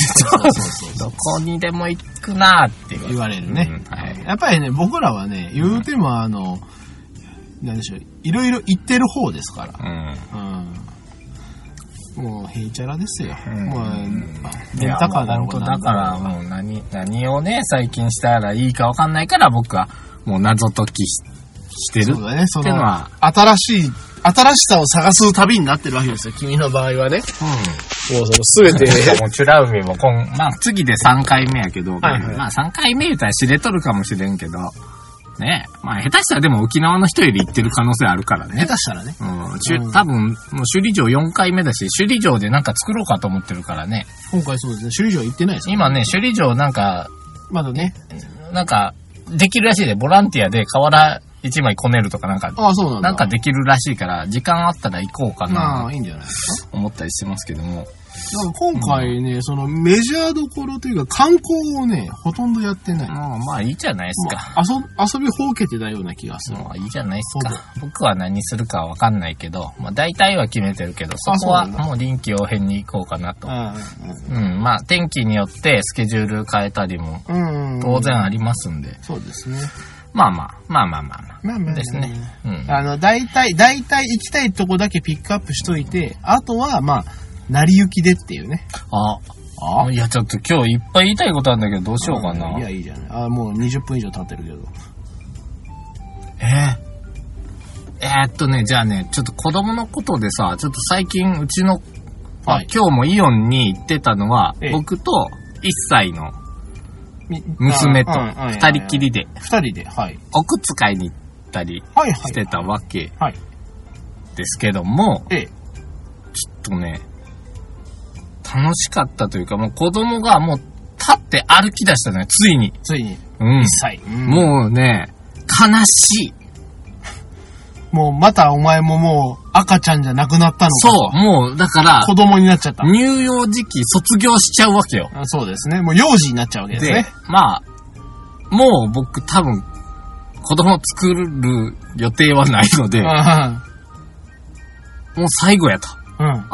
Speaker 1: *laughs* どこにでも行くなーって
Speaker 2: 言われるね。
Speaker 1: うんはい
Speaker 2: やっぱりね、僕らはね、言うてもあの、なんでしょう、いろいろ言ってる方ですから。
Speaker 1: うん。
Speaker 2: うん。もう、へいちゃらですよ。
Speaker 1: うん
Speaker 2: もう
Speaker 1: うん、
Speaker 2: レンタカーだろ
Speaker 1: いやも
Speaker 2: う
Speaker 1: う本当
Speaker 2: がな
Speaker 1: だ
Speaker 2: ん
Speaker 1: からもう何、何をね、最近したらいいかわかんないから僕はもう謎解きししてる。
Speaker 2: そうだね、そ
Speaker 1: って
Speaker 2: の、
Speaker 1: のは
Speaker 2: 新しい、新しさを探す旅になってるわけですよ、君の場合はね。もうその、 *laughs* すべて、
Speaker 1: もうチュラ海も今、まあ次で3回目やけど、
Speaker 2: はいはい
Speaker 1: まあ3回目言うたら知れとるかもしれんけど、ねまあ下手したらでも沖縄の人より行ってる可能性あるから
Speaker 2: 下
Speaker 1: ね。
Speaker 2: 手したらね。
Speaker 1: うん、しゅ
Speaker 2: うん
Speaker 1: 多分、もう首里城4回目だし、首里城でなんか作ろうかと思ってるからね。
Speaker 2: 今回そうですね、首里城行ってないですよ。
Speaker 1: 今ね、首里城なんか、
Speaker 2: まだね。
Speaker 1: なんか、できるらしいで、ボランティアで瓦1枚こねるとかなんか
Speaker 2: ああ、そうなんだ。
Speaker 1: なんかできるらしいから、時間あったら行こうか
Speaker 2: ま
Speaker 1: な
Speaker 2: あ、いいんじゃないですか。
Speaker 1: と思ったりしてますけども。
Speaker 2: だから今回ね、そのメジャーどころというか観光をね、ほとんどやってない。
Speaker 1: まあまあいいじゃないですか。
Speaker 2: まあ遊び遊びほうけてたような気がする。
Speaker 1: まあいいじゃないですか。僕は何するかわかんないけど、まあ大体は決めてるけど、そこ
Speaker 2: あ
Speaker 1: は
Speaker 2: そうなんだ
Speaker 1: もう臨機応変に行こうかなと。
Speaker 2: う
Speaker 1: うん、まあ天気によってスケジュール変えたりも
Speaker 2: ん。うん。
Speaker 1: 当。然ありますんで、
Speaker 2: そうですね。
Speaker 1: まあまあ、まあまあまあまあ。
Speaker 2: まあまあまあまあ
Speaker 1: ですね。うん。
Speaker 2: あの、大体、大体行きたいとこだけピックアップしといて、あとは、まあ、成り行きでっていうね。
Speaker 1: あ、
Speaker 2: あ
Speaker 1: いやちょっと今日いっぱい言いたいことあるんだけど、どうしようかな。
Speaker 2: いや、いいじゃない。あもう20分以上経ってるけど。
Speaker 1: えー、えーっとね、じゃあね、ちょっと子供のことでさ、ちょっと最近うちの、あ
Speaker 2: はい
Speaker 1: 今日もイオンに行ってたのは、
Speaker 2: ええ
Speaker 1: 僕と1歳の娘と2人き。りで、
Speaker 2: 2人で、はい。
Speaker 1: お靴買いに行ったり
Speaker 2: は
Speaker 1: し
Speaker 2: いは
Speaker 1: て
Speaker 2: い。
Speaker 1: たわけ
Speaker 2: はい。
Speaker 1: ですけども、
Speaker 2: ええ。
Speaker 1: ちょっとね、楽しかったというか、もう子供がもう立って歩き出したのよ、ついに。
Speaker 2: ついに、
Speaker 1: うん
Speaker 2: 1。歳。も
Speaker 1: もうね、悲しい。
Speaker 2: う、もうまたお前ももう赤ちゃんじゃなくなったのか。
Speaker 1: そう、もう、だから、
Speaker 2: 子供になっちゃった。
Speaker 1: 乳幼児期卒業しちゃうわけよ。
Speaker 2: あそうですね。もう幼児になっちゃうわけです
Speaker 1: で
Speaker 2: ね。、
Speaker 1: まあ、もう僕多分、子供作る予定はないので、
Speaker 2: うん
Speaker 1: もう最後やと。
Speaker 2: うん。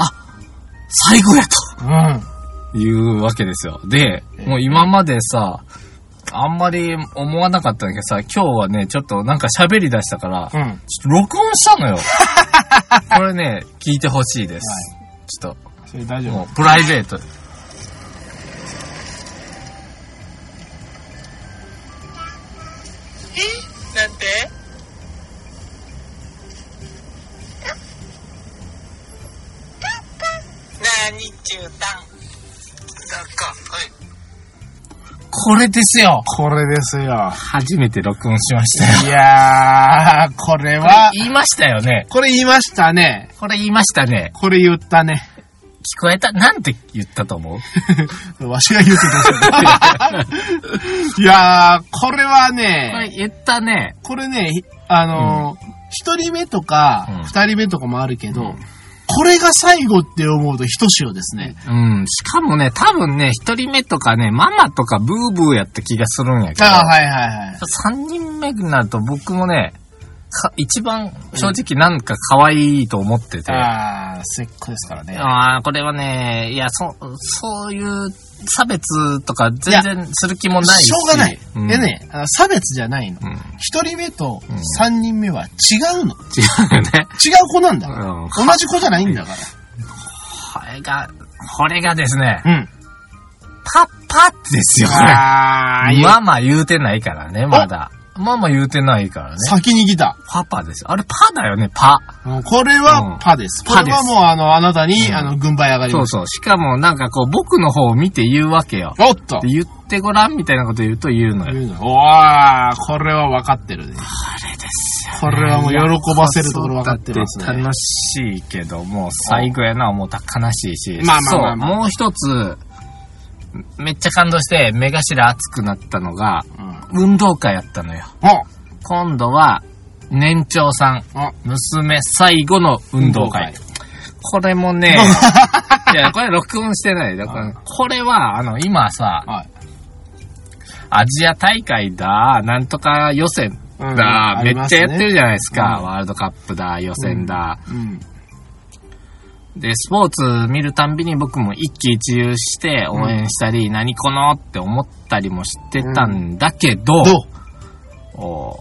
Speaker 1: 最後や
Speaker 2: うん。
Speaker 1: というわけですよ。で
Speaker 2: え、え
Speaker 1: もう今までさ、あんまり思わなかったんだけどさ、今日はね、ちょっとなんか喋り出したから、ちょっ
Speaker 2: うん。
Speaker 1: と録音した *laughs* のよ。これね、聞いてほしいです。ちょっ
Speaker 2: それ
Speaker 1: と、
Speaker 2: 大丈夫
Speaker 1: も。うプライベートで。
Speaker 3: えなんてなにちゅうたんだかはい
Speaker 1: これですよ
Speaker 2: これですよ。
Speaker 1: 初めて録音しましたよ。
Speaker 2: *laughs* いやー、これは、
Speaker 1: 言いましたよね。
Speaker 2: これ言いましたね。
Speaker 1: これ言いましたね。
Speaker 2: これ言ったね。
Speaker 1: 聞こえたなんて言ったと思う
Speaker 2: わしが言うてどう
Speaker 1: *laughs*
Speaker 2: するいやー、これは
Speaker 1: これ
Speaker 2: ね、
Speaker 1: 言ったね。
Speaker 2: これね、ひあのー、一、人目と
Speaker 1: うん
Speaker 2: か、二、人目とかもあるけど、これが最後って思うとひとしおですね。
Speaker 1: うん。しかもね、多分ね、一人目とかね、ママとかブーブーやった気がするんやけど。
Speaker 2: ああ、はいはいはい。
Speaker 1: 三人目になると僕もね、か一番正直なんか可愛いと思ってて、
Speaker 2: ああ、せっかですからね。
Speaker 1: ああ、これはね、いや、そ、そういう差別とか全然する気もないし。
Speaker 2: しょうがない。
Speaker 1: うん
Speaker 2: でね、あの差別じゃないの
Speaker 1: う。ん。違
Speaker 2: 一、人目と三人目は違うの。違
Speaker 1: うよね。
Speaker 2: う子なんだから。
Speaker 1: うん
Speaker 2: 同じ子じゃないんだか
Speaker 1: これが、これがですね、
Speaker 2: ら。うん。
Speaker 1: パッパッですよね。
Speaker 2: あー、
Speaker 1: ママ言うてないからね、まだ。ママ言うてないからね。
Speaker 2: 先に来た。
Speaker 1: パパですよ。あれパだよね、パ。
Speaker 2: もうこれ
Speaker 1: うん
Speaker 2: はパです。
Speaker 1: パ
Speaker 2: こ
Speaker 1: で
Speaker 2: れ
Speaker 1: す
Speaker 2: はもうあの、あなたに、
Speaker 1: うん
Speaker 2: あの、軍配上がり
Speaker 1: そう
Speaker 2: まし
Speaker 1: そう。しかもなんかこう、僕の方を見て言うわけよ。
Speaker 2: た。おっと
Speaker 1: で言ってごらんみたいなこと言うと言うのよ。
Speaker 2: おわー、これは分かってるね。
Speaker 1: あれです
Speaker 2: これはもう喜ばせるところ分かってます
Speaker 1: だって
Speaker 2: ね。
Speaker 1: 楽しいけど、もう最後やな、思ったら悲しいし。
Speaker 2: まあまあまあまあ
Speaker 1: そう、もう一つ、めっちゃ感動して目頭熱くなったのが、
Speaker 2: うん。
Speaker 1: 運動会やったのよ。
Speaker 2: お
Speaker 1: 今度は、年長さん、
Speaker 2: お
Speaker 1: 娘最後の運動会。
Speaker 2: 運動
Speaker 1: これも
Speaker 2: *laughs*
Speaker 1: ね、いや、これ録音してない。だからこれは、あの、今さ、
Speaker 2: はい。
Speaker 1: アジア大会だ、なんとか予選だ、
Speaker 2: うん
Speaker 1: めっちゃやってるじゃないですか。
Speaker 2: う
Speaker 1: ワールドカップだ、予選だ。
Speaker 2: うん。
Speaker 1: で、スポーツ見るたんびに僕も一喜一憂して応援したり、何このって思ったりもしてたんだけど、
Speaker 2: どう
Speaker 1: お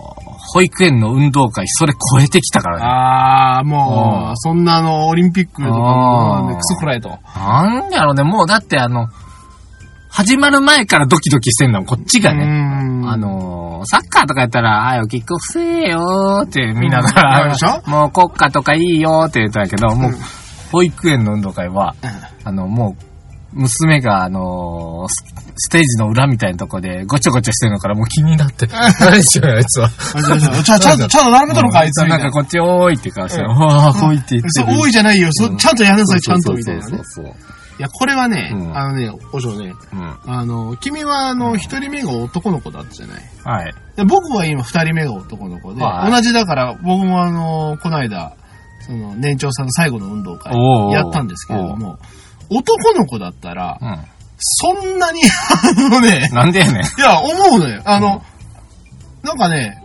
Speaker 1: 保育園の運動会、それ超えてきたからね。
Speaker 2: あ
Speaker 1: う
Speaker 2: ー、も
Speaker 1: ん
Speaker 2: う、そんなあの、オリンピックとか
Speaker 1: あー
Speaker 2: も、クソくらいと。
Speaker 1: なんやろね、もうだってあの、始まる前からドキドキしてんだもん、こっち
Speaker 2: う
Speaker 1: がね。
Speaker 2: ん。
Speaker 1: あ、のーサッカーとかやったら、あよ、キックオフせえよーって見なが
Speaker 2: うん
Speaker 1: ら、
Speaker 2: でしょ
Speaker 1: もう国歌とかいいよーって言ったんやけど、もう、
Speaker 2: うん
Speaker 1: 保育園の運動会は、
Speaker 2: うん
Speaker 1: あの、もう、娘が、あのースステージの裏みたいなとこでごちゃごちゃしてるのからもう気になって、何しようよ、あいつは。
Speaker 2: あちょちょちゃ、ちゃんと、ちゃんと並べたのか、あいつみた
Speaker 1: ないん
Speaker 2: な
Speaker 1: か。こっち多いって顔して、
Speaker 2: うん
Speaker 1: わー、多いって言って
Speaker 2: そう
Speaker 1: る。
Speaker 2: 多い
Speaker 1: い
Speaker 2: じゃないよ。そ
Speaker 1: うん
Speaker 2: ちゃんとやるなさい、ちゃんと、みたいな
Speaker 1: そう
Speaker 2: ね。
Speaker 1: そうそう
Speaker 2: いや、これはね
Speaker 1: う、ん
Speaker 2: あのね、お嬢ね、
Speaker 1: そう。うん。
Speaker 2: あの、君はあの、一人目が男の子だったじゃない。
Speaker 1: はい。
Speaker 2: で僕は今二人目が男の子で、
Speaker 1: はい
Speaker 2: 同じだから、僕もあの、この間、その、年長さんの最後の運動会
Speaker 1: おー、
Speaker 2: やったんですけれども、男の子だったら、
Speaker 1: う
Speaker 2: そんなに、あのね
Speaker 1: ん。、なんでやねん。
Speaker 2: いや、思うのよ。あの、なんかね、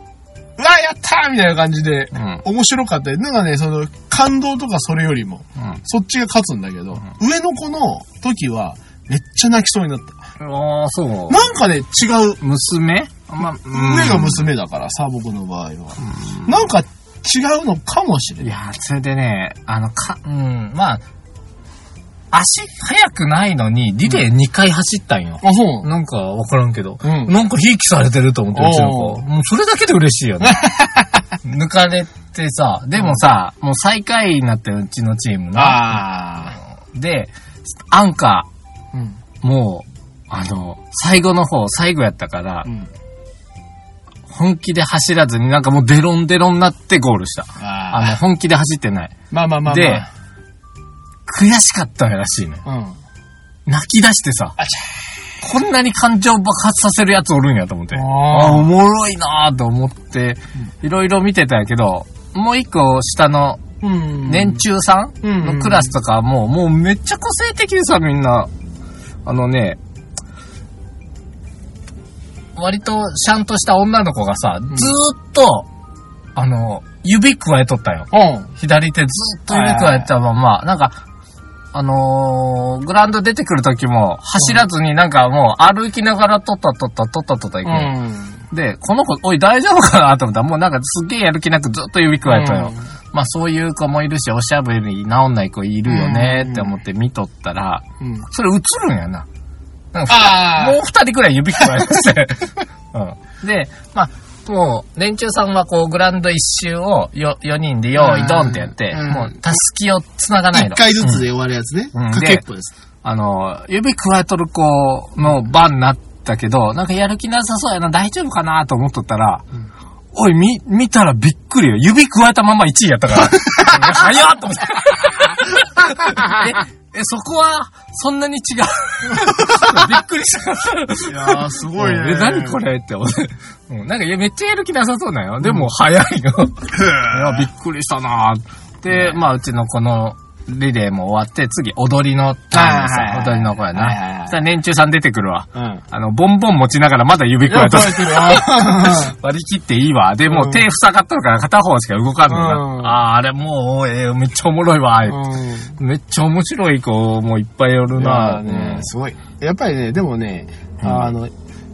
Speaker 2: うわ、やったーみたいな感じで、
Speaker 1: うん。
Speaker 2: 面白かったりなんかね、その、感動とかそれよりも、
Speaker 1: うん。
Speaker 2: そっちが勝つんだけど、上の子の時は、めっちゃ泣きそうになった。
Speaker 1: あー、そう。
Speaker 2: なんかね、違う。
Speaker 1: 娘まあ、うん
Speaker 2: 上が娘だからさ、僕の場合は。なんか違うのかもしれ
Speaker 1: い
Speaker 2: ない。
Speaker 1: やー、それでね、あの、か、うん、まあ、足速くないのに、リレー2回走ったんよ。
Speaker 2: あ、そうなの
Speaker 1: なんかわからんけど、
Speaker 2: うん
Speaker 1: なんかひいきされてると思って、
Speaker 2: おー
Speaker 1: うちの子。もうそれだけで嬉しいよね。
Speaker 2: *laughs*
Speaker 1: 抜かれてさ、でもさ、もう最下位になってるうちのチームな。
Speaker 2: あ
Speaker 1: で、アンカ
Speaker 2: あ。うん。
Speaker 1: ー、もう、あの、最後の方、最後やったから
Speaker 2: う、ん。
Speaker 1: 本気で走らずになんかもうデロンデロンになってゴールした。あ
Speaker 2: あ
Speaker 1: の、本気で走ってない。
Speaker 2: ーまあまあまあまあ。
Speaker 1: で、悔しかったらしいね。
Speaker 2: うん。
Speaker 1: 泣き出してさ、
Speaker 2: あち
Speaker 1: こんなに感情爆発させるやつおるんやと思って。
Speaker 2: あー
Speaker 1: あーおもろいなーと思って、いろいろ見てたんやけど、もう一個下の
Speaker 2: ゃうん。
Speaker 1: 年中さん
Speaker 2: うん
Speaker 1: のクラスとかはもう、もうめっちゃ個性的でさ、みんな。あのね、割とシャンとした女の子がさ、ずーっと、あの、指加えとったんよ。
Speaker 2: うん。
Speaker 1: 左手ずっと指くわえたまま、なんか、あのー、グラウンド出てくる時も、走らずになんかもう歩きながらとったとったとったとった行く
Speaker 2: う
Speaker 1: の、
Speaker 2: ん。
Speaker 1: で、この子、おい大丈夫かなと思ったら、もうなんかすっげえやる気なくずっと指くわえたよ。
Speaker 2: うん
Speaker 1: まあそういう子もいるし、おしゃべり治んない子いるよねって思って見とったら、
Speaker 2: うん。
Speaker 1: それ映るんやな。なんか
Speaker 2: ああ。
Speaker 1: もう二人くらい指くわえまして。うん、 *laughs* で、まあ、もう、連中さんはこう、グラウンド一周をよ4人で用意ドンってやって、
Speaker 2: うん
Speaker 1: もう、たすきを繋がない
Speaker 2: 一
Speaker 1: の。
Speaker 2: 回ずつ
Speaker 1: うん
Speaker 2: で終わるやつね。
Speaker 1: うん
Speaker 2: かけっこです。
Speaker 1: あの、指くわえとる子の番になったけど、なんかやる気なさそうやな、大丈夫かなと思っとったら、
Speaker 2: ん
Speaker 1: おい、み、見たらびっくりよ。指くわえたまま1位やった *laughs* から。早っと思って。 *laughs* え、え、そこは、そんな *laughs* に違う。びっくりしたから。
Speaker 2: いやー、すごいね。
Speaker 1: え、何これって思
Speaker 2: *laughs*
Speaker 1: って。うん、なんか、いや、めっちゃやる気なさそうなん *laughs* よ。でも、早いの。い
Speaker 2: へー
Speaker 1: や、びっくりしたなぁ。で、まあ、うちのこの、リレーも終わって、次、踊りのターンで
Speaker 2: はいはい
Speaker 1: さ
Speaker 2: は、い
Speaker 1: 踊りの子や
Speaker 2: はいはい
Speaker 1: な。
Speaker 2: はい
Speaker 1: そしたら年中さん出てくるわ。
Speaker 2: うん。
Speaker 1: あの、ボンボン持ちながらまだ指くわえと
Speaker 2: 食
Speaker 1: る
Speaker 2: べてるわ。
Speaker 1: *laughs* 割り切っていいわ。で、もう手塞がっとるから片方しか動かんのな。
Speaker 2: うん
Speaker 1: ああ、あれもう、えーめっちゃおもろいわ。
Speaker 2: うん
Speaker 1: めっちゃ面白い子もいっぱいおるな。
Speaker 2: いやーね、すごい。やっぱりね、でもね、
Speaker 1: うん
Speaker 2: あの、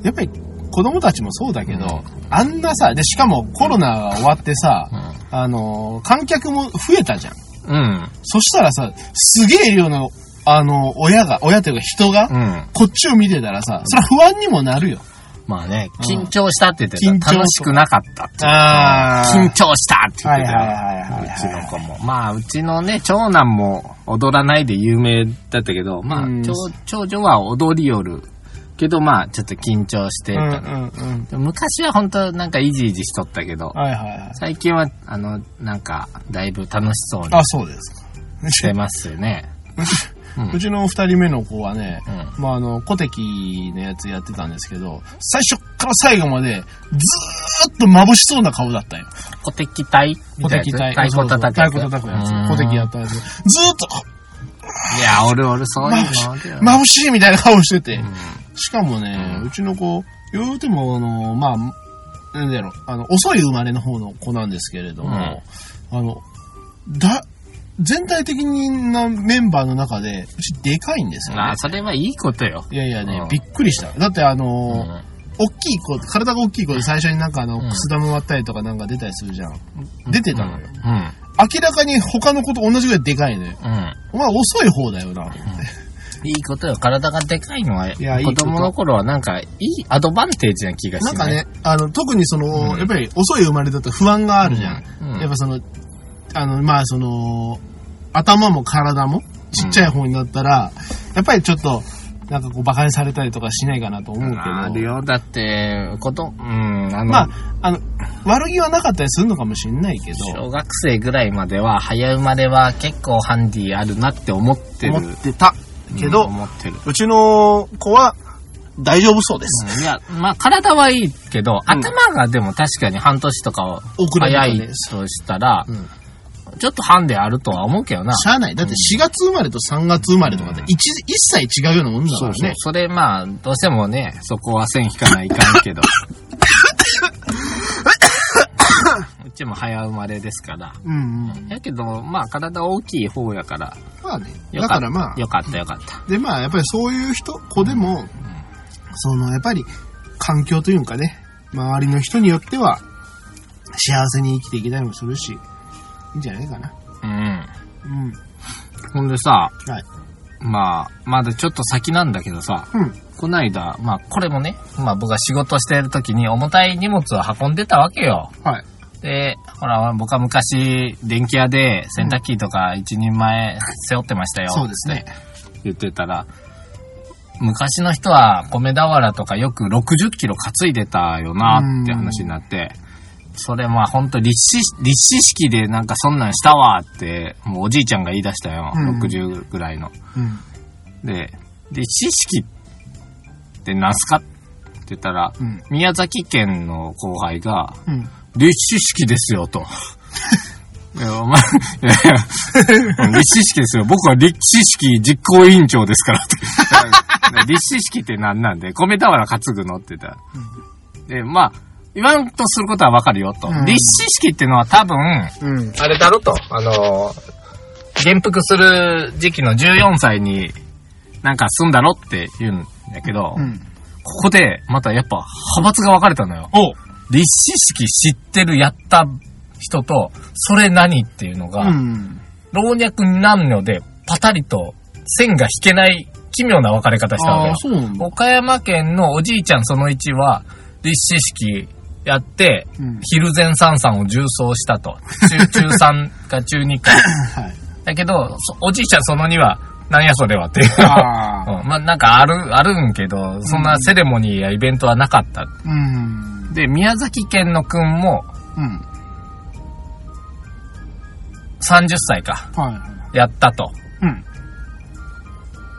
Speaker 2: やっぱり子供たちもそうだけど、あんなさ、で、しかもコロナが終わってさ、あの、観客も増えたじゃん。
Speaker 1: うん。うん。
Speaker 2: そしたらさ、すげえ量の、あの、親が、親というか人が、
Speaker 1: うん。
Speaker 2: こっちを見てたらさ、それは不安にもなるよ。
Speaker 1: まあね、緊張したって言ってた、
Speaker 2: 緊張と
Speaker 1: 楽しくなかったって。
Speaker 2: あ
Speaker 1: 緊張したって言ってたよ。
Speaker 2: はいはいはいはいう
Speaker 1: ちの子も。まあ、うちのね、長男も踊らないで有名だったけど、まあ
Speaker 2: うん、
Speaker 1: 長長女は踊りよる。けど、まあ、ちょっと緊張して
Speaker 2: うんう
Speaker 1: た
Speaker 2: ん
Speaker 1: ね、
Speaker 2: うん。
Speaker 1: でも昔は本当なんかイジイジしとったけど、
Speaker 2: はいはいはい。
Speaker 1: 最近は、あの、なんか、だいぶ楽しそうに
Speaker 2: あ、そうですか。
Speaker 1: してますね。うん
Speaker 2: うちの二人目の子はね、
Speaker 1: う
Speaker 2: まああの、古敵のやつやってたんですけど、最初から最後まで、ずーっと眩しそうな顔だったよ。
Speaker 1: 小敵隊
Speaker 2: 古敵対、
Speaker 1: 太鼓叩く
Speaker 2: 太
Speaker 1: やつ。
Speaker 2: 鼓叩くやつ。
Speaker 1: うん
Speaker 2: 古敵やったやつ。ずーっと、
Speaker 1: いや、おるおる、そういうのおるよ。
Speaker 2: 眩しいみたいな顔してて
Speaker 1: う。ん
Speaker 2: しかもね、うちの子、言うても、あの、まあ、なんだろう、あの、遅い生まれの方の子なんですけれども、あの、だ、全体的なメンバーの中で、うちでかいんですよ
Speaker 1: ま
Speaker 2: ね
Speaker 1: あ、。それはいいことよ。
Speaker 2: いやいやね、
Speaker 1: うん
Speaker 2: びっくりした。だってあの
Speaker 1: う
Speaker 2: ー
Speaker 1: ん
Speaker 2: 大きい子、体が大きい子で最初になんかあの、
Speaker 1: ん
Speaker 2: くす玉割ったりとかなんか出たりするじゃん。出てたの
Speaker 1: う
Speaker 2: よ。
Speaker 1: ん。
Speaker 2: 明らかに他の子と同じぐらいでかいのよ。
Speaker 1: うん。うん
Speaker 2: お前遅い方だよな。
Speaker 1: いいことよ。体がでかいのは、
Speaker 2: やいいこ
Speaker 1: 子
Speaker 2: と
Speaker 1: 供の頃はなんか、いいアドバンテージな気が
Speaker 2: な
Speaker 1: す
Speaker 2: ん
Speaker 1: る、
Speaker 2: かね、あの、特にその、
Speaker 1: うん
Speaker 2: やっぱり遅い生まれだと不安があるじゃん。
Speaker 1: うんうん
Speaker 2: やっぱその、あの、まあその、頭も体もちっちゃい方になったら、やっぱりちょっと、なんかこう、馬鹿にされたりとかしないかなと思うけど。
Speaker 1: あるよ。だって、こと、うん、あの、
Speaker 2: まあ、あの、悪気はなかったりするのかもしれないけど。
Speaker 1: 小学生ぐらいまでは、早生まれは結構ハンディあるなって思ってる。
Speaker 2: 思ってたけど、
Speaker 1: うん思ってる。
Speaker 2: うちの子は大丈夫そうです。
Speaker 1: うんいや、まあ、体はいいけど、頭がでも確かに半年とか
Speaker 2: 遅れると
Speaker 1: 早
Speaker 2: ね
Speaker 1: いとしたら、
Speaker 2: ん
Speaker 1: ちょっとハンデあるとは思うけどな。
Speaker 2: しゃあない。だって4月生まれと3月生まれとかって一一切違うようなもんだからね。
Speaker 1: それまあ、どうしてもね、そこは線引かないかん
Speaker 2: *laughs*
Speaker 1: けど。うちも早生まれですから。
Speaker 2: うんうん。
Speaker 1: やけど、まあ体大きい方やから。
Speaker 2: まあね。
Speaker 1: よ
Speaker 2: だ
Speaker 1: かっ
Speaker 2: からまあ、
Speaker 1: よかったよかった。
Speaker 2: でまあやっぱりそういう人、子でも、そのやっぱり環境というかね、周りの人によっては幸せに生きていけたりもするし、いいんじゃないかな。
Speaker 1: うん。
Speaker 2: うん。
Speaker 1: ほんでさ、
Speaker 2: はい。
Speaker 1: まあ、まだちょっと先なんだけどさ、
Speaker 2: うん。
Speaker 1: こないだ、まあこれもね、まあ僕が仕事してる時に重たい荷物を運んでたわけよ。
Speaker 2: はい。
Speaker 1: で、ほら、僕は昔、電気屋で洗濯機とか一人前背負ってましたよ。
Speaker 2: そうですね。
Speaker 1: 言ってたら、昔の人は米俵とかよく60キロ担いでたよなって話になって、それまあほんと立志、立志式でなんかそんなんしたわって、もうおじいちゃんが言い出したよ。
Speaker 2: うん
Speaker 1: 60ぐらいの。
Speaker 2: うん。
Speaker 1: で、立志式って何すかって言ったら、
Speaker 2: うん。
Speaker 1: 宮崎県の後輩が、
Speaker 2: うん。
Speaker 1: 立志式ですよ、と。いや、お前、いやいや、立志式ですよ。僕は立志式実行委員長ですから、と。立志式って何なんで、米俵担ぐのって言ったら。で、まあ、言わんとすることはわかるよ、と。
Speaker 2: うん
Speaker 1: 立志式ってのは多分、
Speaker 2: うん。
Speaker 1: あれだろと、あの、元服する時期の14歳に、なんか住んだろって言うんだけど、
Speaker 2: うん。
Speaker 1: ここで、またやっぱ、派閥が分かれたのよ。
Speaker 2: お
Speaker 1: 立志式知ってるやった人と、それ何っていうのが、
Speaker 2: うん。
Speaker 1: 老若男女でパタリと線が引けない奇妙な分かれ方したわけ
Speaker 2: あ
Speaker 1: よ
Speaker 2: あ、。そうなんだ。
Speaker 1: 岡山県のおじいちゃんその1は、立志式やって、
Speaker 2: うん
Speaker 1: 昼前三三を重奏したと。中、中3か中2か。
Speaker 2: はい。
Speaker 1: だけど、そおじいちゃんその2は、なんやそれはっていう。
Speaker 2: ああ。
Speaker 1: うんまあなんかある、あるんけど、そんなセレモニーやイベントはなかった。
Speaker 2: うん。
Speaker 1: で、宮崎県のくんも、
Speaker 2: うん。
Speaker 1: 30歳か、
Speaker 2: は
Speaker 1: やったと。
Speaker 2: い。うん。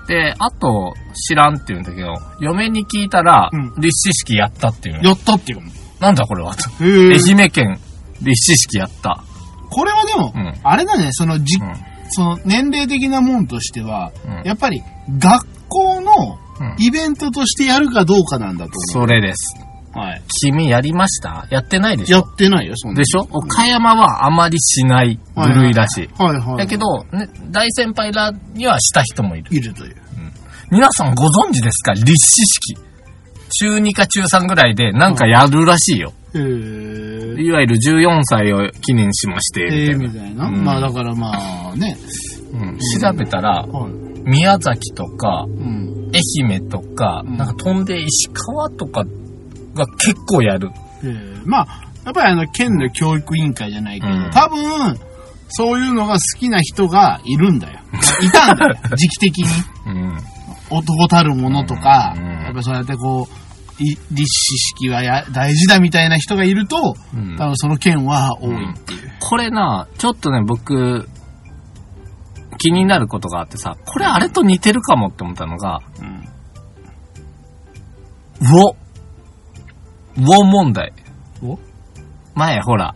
Speaker 1: で、あと、知らんって言うんだけど、嫁に聞いたら、
Speaker 2: うん
Speaker 1: 立志式やったっていうの。
Speaker 2: やったっていうかも。
Speaker 1: なんだこれはと。
Speaker 2: へ
Speaker 1: 愛媛県、立志式やった。
Speaker 2: これはでも、
Speaker 1: うん
Speaker 2: あれだね、そのじ、
Speaker 1: うん
Speaker 2: その年齢的なもんとしては、
Speaker 1: うん
Speaker 2: やっぱり学校の
Speaker 1: うん
Speaker 2: イベントとしてやるかどうかなんだと
Speaker 1: そ
Speaker 2: 思
Speaker 1: れです。
Speaker 2: う。はい。
Speaker 1: 君やりましたやってないでし
Speaker 2: や
Speaker 1: ょ
Speaker 2: ってないよ、そんな
Speaker 1: で。しょ岡山はあまりしない部類らしい。
Speaker 2: はいはい。
Speaker 1: だけど、ね、大先輩らにはした人もいる。
Speaker 2: いるという。
Speaker 1: 皆さんご存知ですか立志式。中2か中3ぐらいでなんかやるらしいよ。
Speaker 2: へー
Speaker 1: いわゆる14歳を記念しまして、み
Speaker 2: え
Speaker 1: た
Speaker 2: ー、
Speaker 1: いな
Speaker 2: みたいな。
Speaker 1: うん
Speaker 2: まあだからまあね。
Speaker 1: うん調べたら、
Speaker 2: はい。
Speaker 1: 宮崎とか、
Speaker 2: うん。
Speaker 1: 愛媛とか、
Speaker 2: うん
Speaker 1: なんか飛んで石川とかが結構やる。
Speaker 2: えーまあ、やっぱりあの、県の教育委員会じゃないけど、
Speaker 1: うん
Speaker 2: 多分、そういうのが好きな人がいるんだよ。いた
Speaker 1: *laughs*
Speaker 2: んだよ。時期的に。
Speaker 1: うん。
Speaker 2: 男たるものとか、
Speaker 1: うん
Speaker 2: やっぱそうやってこう、い立志式はや大事だみたいな人がいると、
Speaker 1: うん
Speaker 2: 多分その県は多い。
Speaker 1: うんこれな、ちょっとね、僕、気になることがあってさ、これあれと似てるかもって思ったのが、
Speaker 2: うん
Speaker 1: ウォ。ウォ問題。
Speaker 2: お
Speaker 1: 前、ほら、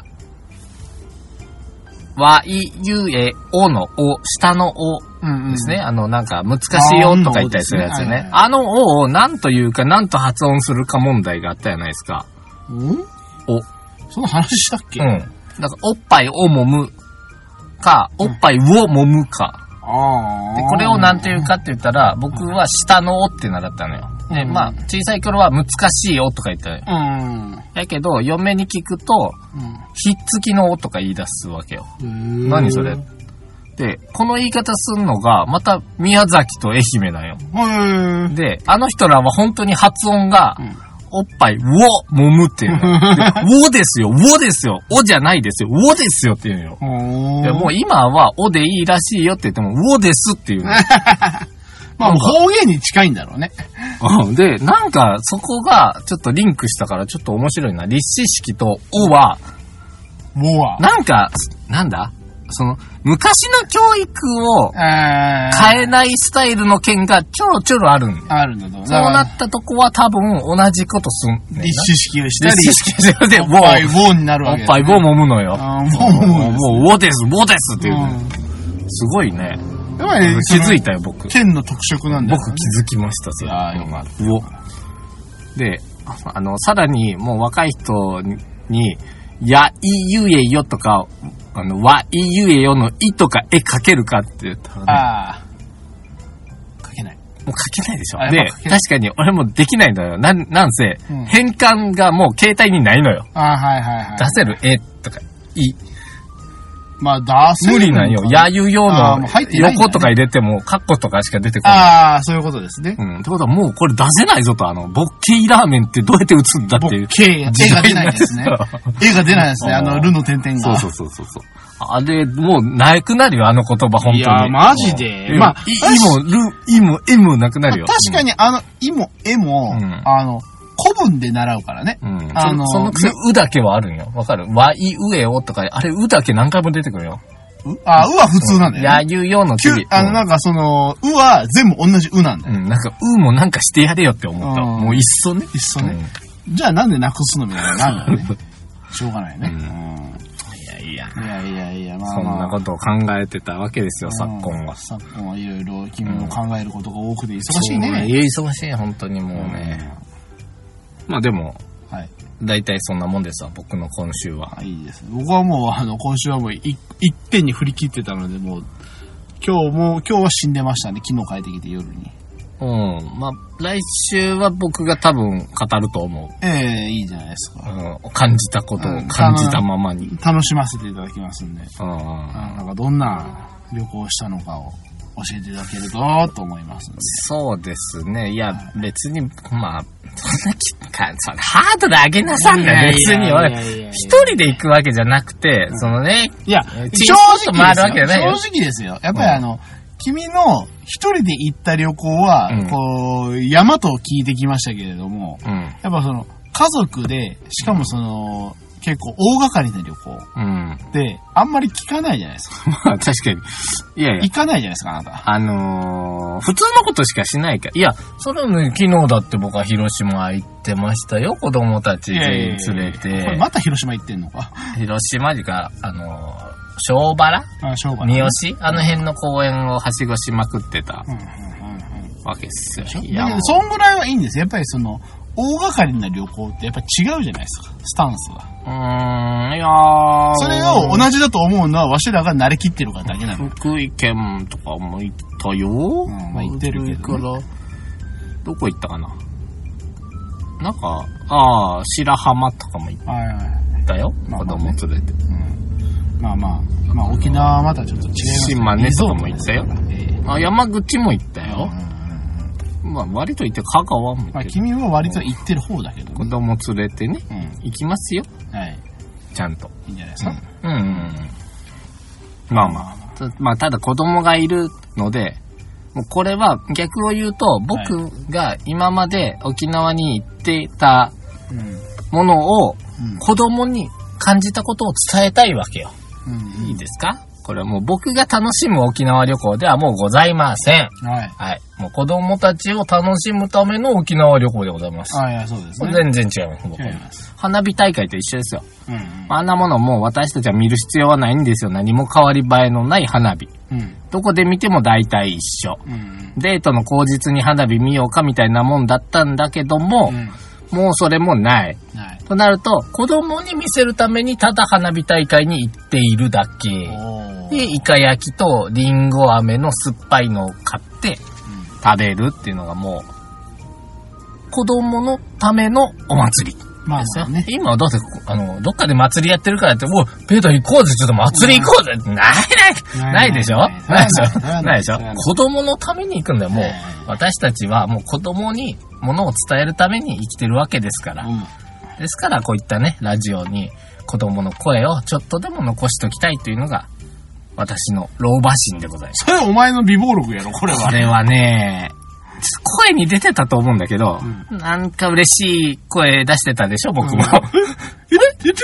Speaker 1: わ、い、ゆ、え、おの、お、下のお
Speaker 2: うん
Speaker 1: ですね。。あの、なんか、難しいよとか言ったりするやつよね。あ
Speaker 2: あ
Speaker 1: のおを何というか、何と発音するか問題があったじゃないですか。
Speaker 2: うん
Speaker 1: お。
Speaker 2: その話したっけ、
Speaker 1: うん。だから、おっぱいをもむか、おっぱいをもむか。
Speaker 2: ああ。
Speaker 1: で、これを何ていうかって言ったら、僕は下のおって習ったのよ。で、
Speaker 2: うん
Speaker 1: まあ、小さい頃は難しいおとか言ったのよ。
Speaker 2: うん。
Speaker 1: やけど、嫁に聞くと、ひっつきのおとか言い出すわけよ。
Speaker 2: うん。
Speaker 1: 何それで、この言い方すんのが、また宮崎と愛媛なんよ。
Speaker 2: は
Speaker 1: で、あの人らは本当に発音が
Speaker 2: ん、
Speaker 1: おっぱい、ウォ、もむっていうのよ。
Speaker 2: *laughs*
Speaker 1: でウォですよ、ウォですよ、おじゃないですよ、ウォですよっていうのよ。
Speaker 2: い。
Speaker 1: いやもう今は、おでいいらしいよって言っても、おですっていうの。なん
Speaker 2: まあ
Speaker 1: か
Speaker 2: 方言に近いんだろうね。
Speaker 1: うんで、なんか、そこが、ちょっとリンクしたから、ちょっと面白いな。立志式と、おは、
Speaker 2: もうは。
Speaker 1: なんか、なんだその、昔の教育を
Speaker 2: えー
Speaker 1: 変えないスタイルの件がちょろちょろあるんだよ
Speaker 2: あるんだと思う。
Speaker 1: そうなったとこは多分同じことすんねんな。
Speaker 2: 立志式をしたり、
Speaker 1: 立志式で、
Speaker 2: お
Speaker 1: ウ
Speaker 2: っ
Speaker 1: ォ
Speaker 2: ぱい、
Speaker 1: ー
Speaker 2: ウォーになる
Speaker 1: お
Speaker 2: わ
Speaker 1: っ
Speaker 2: け
Speaker 1: ぱい、ウォーもむのよ。
Speaker 2: あーもうもうもう
Speaker 1: もう、ウォです、ウォですっていうのよ。すごいね。
Speaker 2: やっぱり、
Speaker 1: 気づい
Speaker 2: た。
Speaker 1: たよ、僕。
Speaker 2: 県の特色なんだよね。
Speaker 1: 僕気づきました、それ。
Speaker 2: いやーよかっ
Speaker 1: うんおで、ああの、さらに、もう若い人に、やいゆえよとか、あの、わいゆえよのいとかえ書けるかって言ったら、ね、
Speaker 2: ああ。書けない。
Speaker 1: もう書けないでしょ
Speaker 2: あ。やっ
Speaker 1: で
Speaker 2: ぱ書、けな
Speaker 1: 確かに俺もできないのよ。なん、なんせ、
Speaker 2: うん
Speaker 1: 変換がもう携帯にないのよ。
Speaker 2: ああ、はいはいはい
Speaker 1: 出。せるえとか、い。
Speaker 2: まあ、出せ
Speaker 1: 無
Speaker 2: る
Speaker 1: 理なんよ。やゆよ
Speaker 2: あー
Speaker 1: の
Speaker 2: もう入ってないんだね
Speaker 1: 横とか入れても、カッコとかしか出てこない。
Speaker 2: ああ、そういうことですね。
Speaker 1: うん。ってことはもうこれ出せないぞと、あの、ボッケイラーメンってどうやって打つんだっ
Speaker 2: ボ
Speaker 1: ていう
Speaker 2: ッ。ケ絵が出ないですね。絵が出な
Speaker 1: *laughs*
Speaker 2: いですね。あの、ルの点々
Speaker 1: そう
Speaker 2: が。
Speaker 1: そうそうそうそう。あれ、もう、なくなるよ、あの言葉、本当に。
Speaker 2: いやーマジで
Speaker 1: うん
Speaker 2: まあ
Speaker 1: いいも、る、いも、えもなくなるよ。
Speaker 2: 確かに、あの、いも、絵も、
Speaker 1: うん
Speaker 2: あの、古文で習うからね。
Speaker 1: うん。うん。
Speaker 2: あ
Speaker 1: あ
Speaker 2: の
Speaker 1: の、そのくせ、うだけはあるんよ。わかるわいうえおとか、あれ、うだけ何回も出てくるよ。
Speaker 2: うあ、うは普通なんだよ、ね。
Speaker 1: やゆよの
Speaker 2: きゅ
Speaker 1: 次。
Speaker 2: あの、なんかその、うは全部同じうなんだ
Speaker 1: う
Speaker 2: よ。
Speaker 1: ん、うんなんか、うもなんかしてやれよって思った。
Speaker 2: うん
Speaker 1: もう、いっそね。
Speaker 2: いっそね。じゃあなんでなくすのみたいなのなんだよ
Speaker 1: *laughs*
Speaker 2: ね。しょうがないね。
Speaker 1: いやいや。
Speaker 2: うん。いやいやいや、まあ、
Speaker 1: そん
Speaker 2: まあ。
Speaker 1: なことを考えてたわけですよ、昨今は
Speaker 2: うん。昨今はいろいろ君の考えることが多くて忙しい
Speaker 1: そう
Speaker 2: ね。
Speaker 1: いや忙しい、本当にもうね。まあでも、
Speaker 2: はい。
Speaker 1: 大体そんなもんですわ、僕の今週は。
Speaker 2: あいいです。僕はもう、あの、今週はもうい一点に振り切ってたので、もう、今日もう、今日は死んでましたね。昨日帰ってきて夜に。
Speaker 1: うん。まあ、来週は僕が多分語ると思う。
Speaker 2: ええいいじゃないですか。
Speaker 1: うん、感じたことを感じたままに。
Speaker 2: 楽しませていただきますんで、
Speaker 1: うん。
Speaker 2: あなんかどんな旅行をしたのかを教えていただけると、と思いますんで。
Speaker 1: そうですね。いや、別に、まあ、そんなきか、それハードル上げなさん
Speaker 2: いやい
Speaker 1: な
Speaker 2: や
Speaker 1: い別に
Speaker 2: いやいやいやい
Speaker 1: 俺
Speaker 2: や、
Speaker 1: 一人で行くわけじゃなくて、そのね、
Speaker 2: いや、
Speaker 1: え
Speaker 2: 正直
Speaker 1: ー
Speaker 2: です
Speaker 1: チー
Speaker 2: よ。
Speaker 1: ムと回るわけじゃないよ
Speaker 2: 正直ですよ。やっぱりあの、君の一人で行った旅行は、
Speaker 1: うん
Speaker 2: こう、山と聞いてきましたけれども、
Speaker 1: うん。
Speaker 2: やっぱその、家族で、しかもその、結構大掛かりな旅行
Speaker 1: うん。
Speaker 2: で、あんまり聞かないじゃないですか。
Speaker 1: まあ確かに。いやいや
Speaker 2: 行。かないじゃないですか、あなた。
Speaker 1: あのー、普通のことしかしないから。いや、それも昨日だって僕は広島行ってましたよ。子供たち連れ
Speaker 2: これ
Speaker 1: て。
Speaker 2: また広島行ってんのか。
Speaker 1: 広島時か、あのー、小原
Speaker 2: あ、しょうがない。
Speaker 1: 三好あの辺の公園をはしごしまくってた
Speaker 2: うんうんうんうん
Speaker 1: わけっすよ。い
Speaker 2: だ
Speaker 1: や
Speaker 2: け
Speaker 1: も
Speaker 2: ど、
Speaker 1: う
Speaker 2: そんぐらいはいいんですよやっぱりその、大掛かりな旅行ってやっぱ違うじゃないですか、スタンスが。
Speaker 1: うーん、いやー
Speaker 2: それを同じだと思うのは、わしらが慣れきってるからだけなの。
Speaker 1: 福井県とかも行ったよ。
Speaker 2: んまあ行ってるけどね
Speaker 1: 福井から、どこ行ったかななんか、ああ、白浜とかも行っ
Speaker 2: はいはい。
Speaker 1: たよ。
Speaker 2: まあ
Speaker 1: 子
Speaker 2: ま
Speaker 1: 供
Speaker 2: あね
Speaker 1: 連れて。
Speaker 2: うんまあまあ、まあ沖縄はまたちょっと違いますけど
Speaker 1: 島根とかも
Speaker 2: リ
Speaker 1: 行っ
Speaker 2: ゾ
Speaker 1: たよ
Speaker 2: ートですからえ
Speaker 1: あ、山口も行った
Speaker 2: え
Speaker 1: よ
Speaker 2: うん。うんうん
Speaker 1: まあ、割と行って、香川も行
Speaker 2: ま
Speaker 1: っ
Speaker 2: あ
Speaker 1: てる。
Speaker 2: 君は割と行ってる方だけど
Speaker 1: 子
Speaker 2: ね。
Speaker 1: 供連れてね、
Speaker 2: うん。
Speaker 1: 行きますよ。
Speaker 2: はい。
Speaker 1: ちゃんと。
Speaker 2: いいんじゃないですか。
Speaker 1: うんうんうん。まあまあ。たまあ、ただ子供がいるので、もうこれは逆を言うと、僕が今まで沖縄に行ってた
Speaker 2: うん。うん。
Speaker 1: ものを
Speaker 2: うん
Speaker 1: 子供に感じたことを伝えたいわけよ。
Speaker 2: うん。
Speaker 1: いいですかこれはもう僕が楽しむ沖縄旅行ではもうございません。
Speaker 2: はい。
Speaker 1: はい。もう子供たちを楽しむための沖縄旅行でございます。
Speaker 2: あいや、そうですね。
Speaker 1: 全然違います、僕
Speaker 2: 違い
Speaker 1: は。
Speaker 2: ます。
Speaker 1: 花火大会と一緒ですよ。
Speaker 2: うん
Speaker 1: あんなものもう私たちは見る必要はないんですよ。何も変わり映えのない花火。
Speaker 2: うん。うん。
Speaker 1: どこで見ても大体一緒。
Speaker 2: うん。
Speaker 1: デートの口実に花火見ようかみたいなもんだったんだけども、
Speaker 2: うん。
Speaker 1: もうそれもない。
Speaker 2: はい。
Speaker 1: となると、子供に見せるためにただ花火大会に行っているだけ。
Speaker 2: お
Speaker 1: で、
Speaker 2: ー
Speaker 1: イカ焼きとリンゴ飴の酸っぱいのを買って食べるっていうのがもう、子供のためのお祭り。
Speaker 2: うんまあ
Speaker 1: です
Speaker 2: ま
Speaker 1: よ
Speaker 2: あね。
Speaker 1: 今はだって、あの、どっかで祭りやってるからって、おい、ペーター行こうぜ、ちょっと祭り行こうぜ。ないない、ないでしょ
Speaker 2: ない
Speaker 1: ないでしょ
Speaker 2: ない
Speaker 1: ないでしょ
Speaker 2: ない
Speaker 1: 子供のために行くんだよ、もう
Speaker 2: はい。
Speaker 1: 私たちはもう子供に物を伝えるために生きてるわけですから。
Speaker 2: うん。
Speaker 1: ですから、こういったね、ラジオに子供の声をちょっとでも残しときたいというのが、私の老婆心でございます。
Speaker 2: それお前の美貌録やろ、これは
Speaker 1: こ。れはね、声に出てたと思うんだけど、
Speaker 2: う
Speaker 1: なんか嬉しい声出してたでしょ、僕も。
Speaker 2: うんえ、え、ち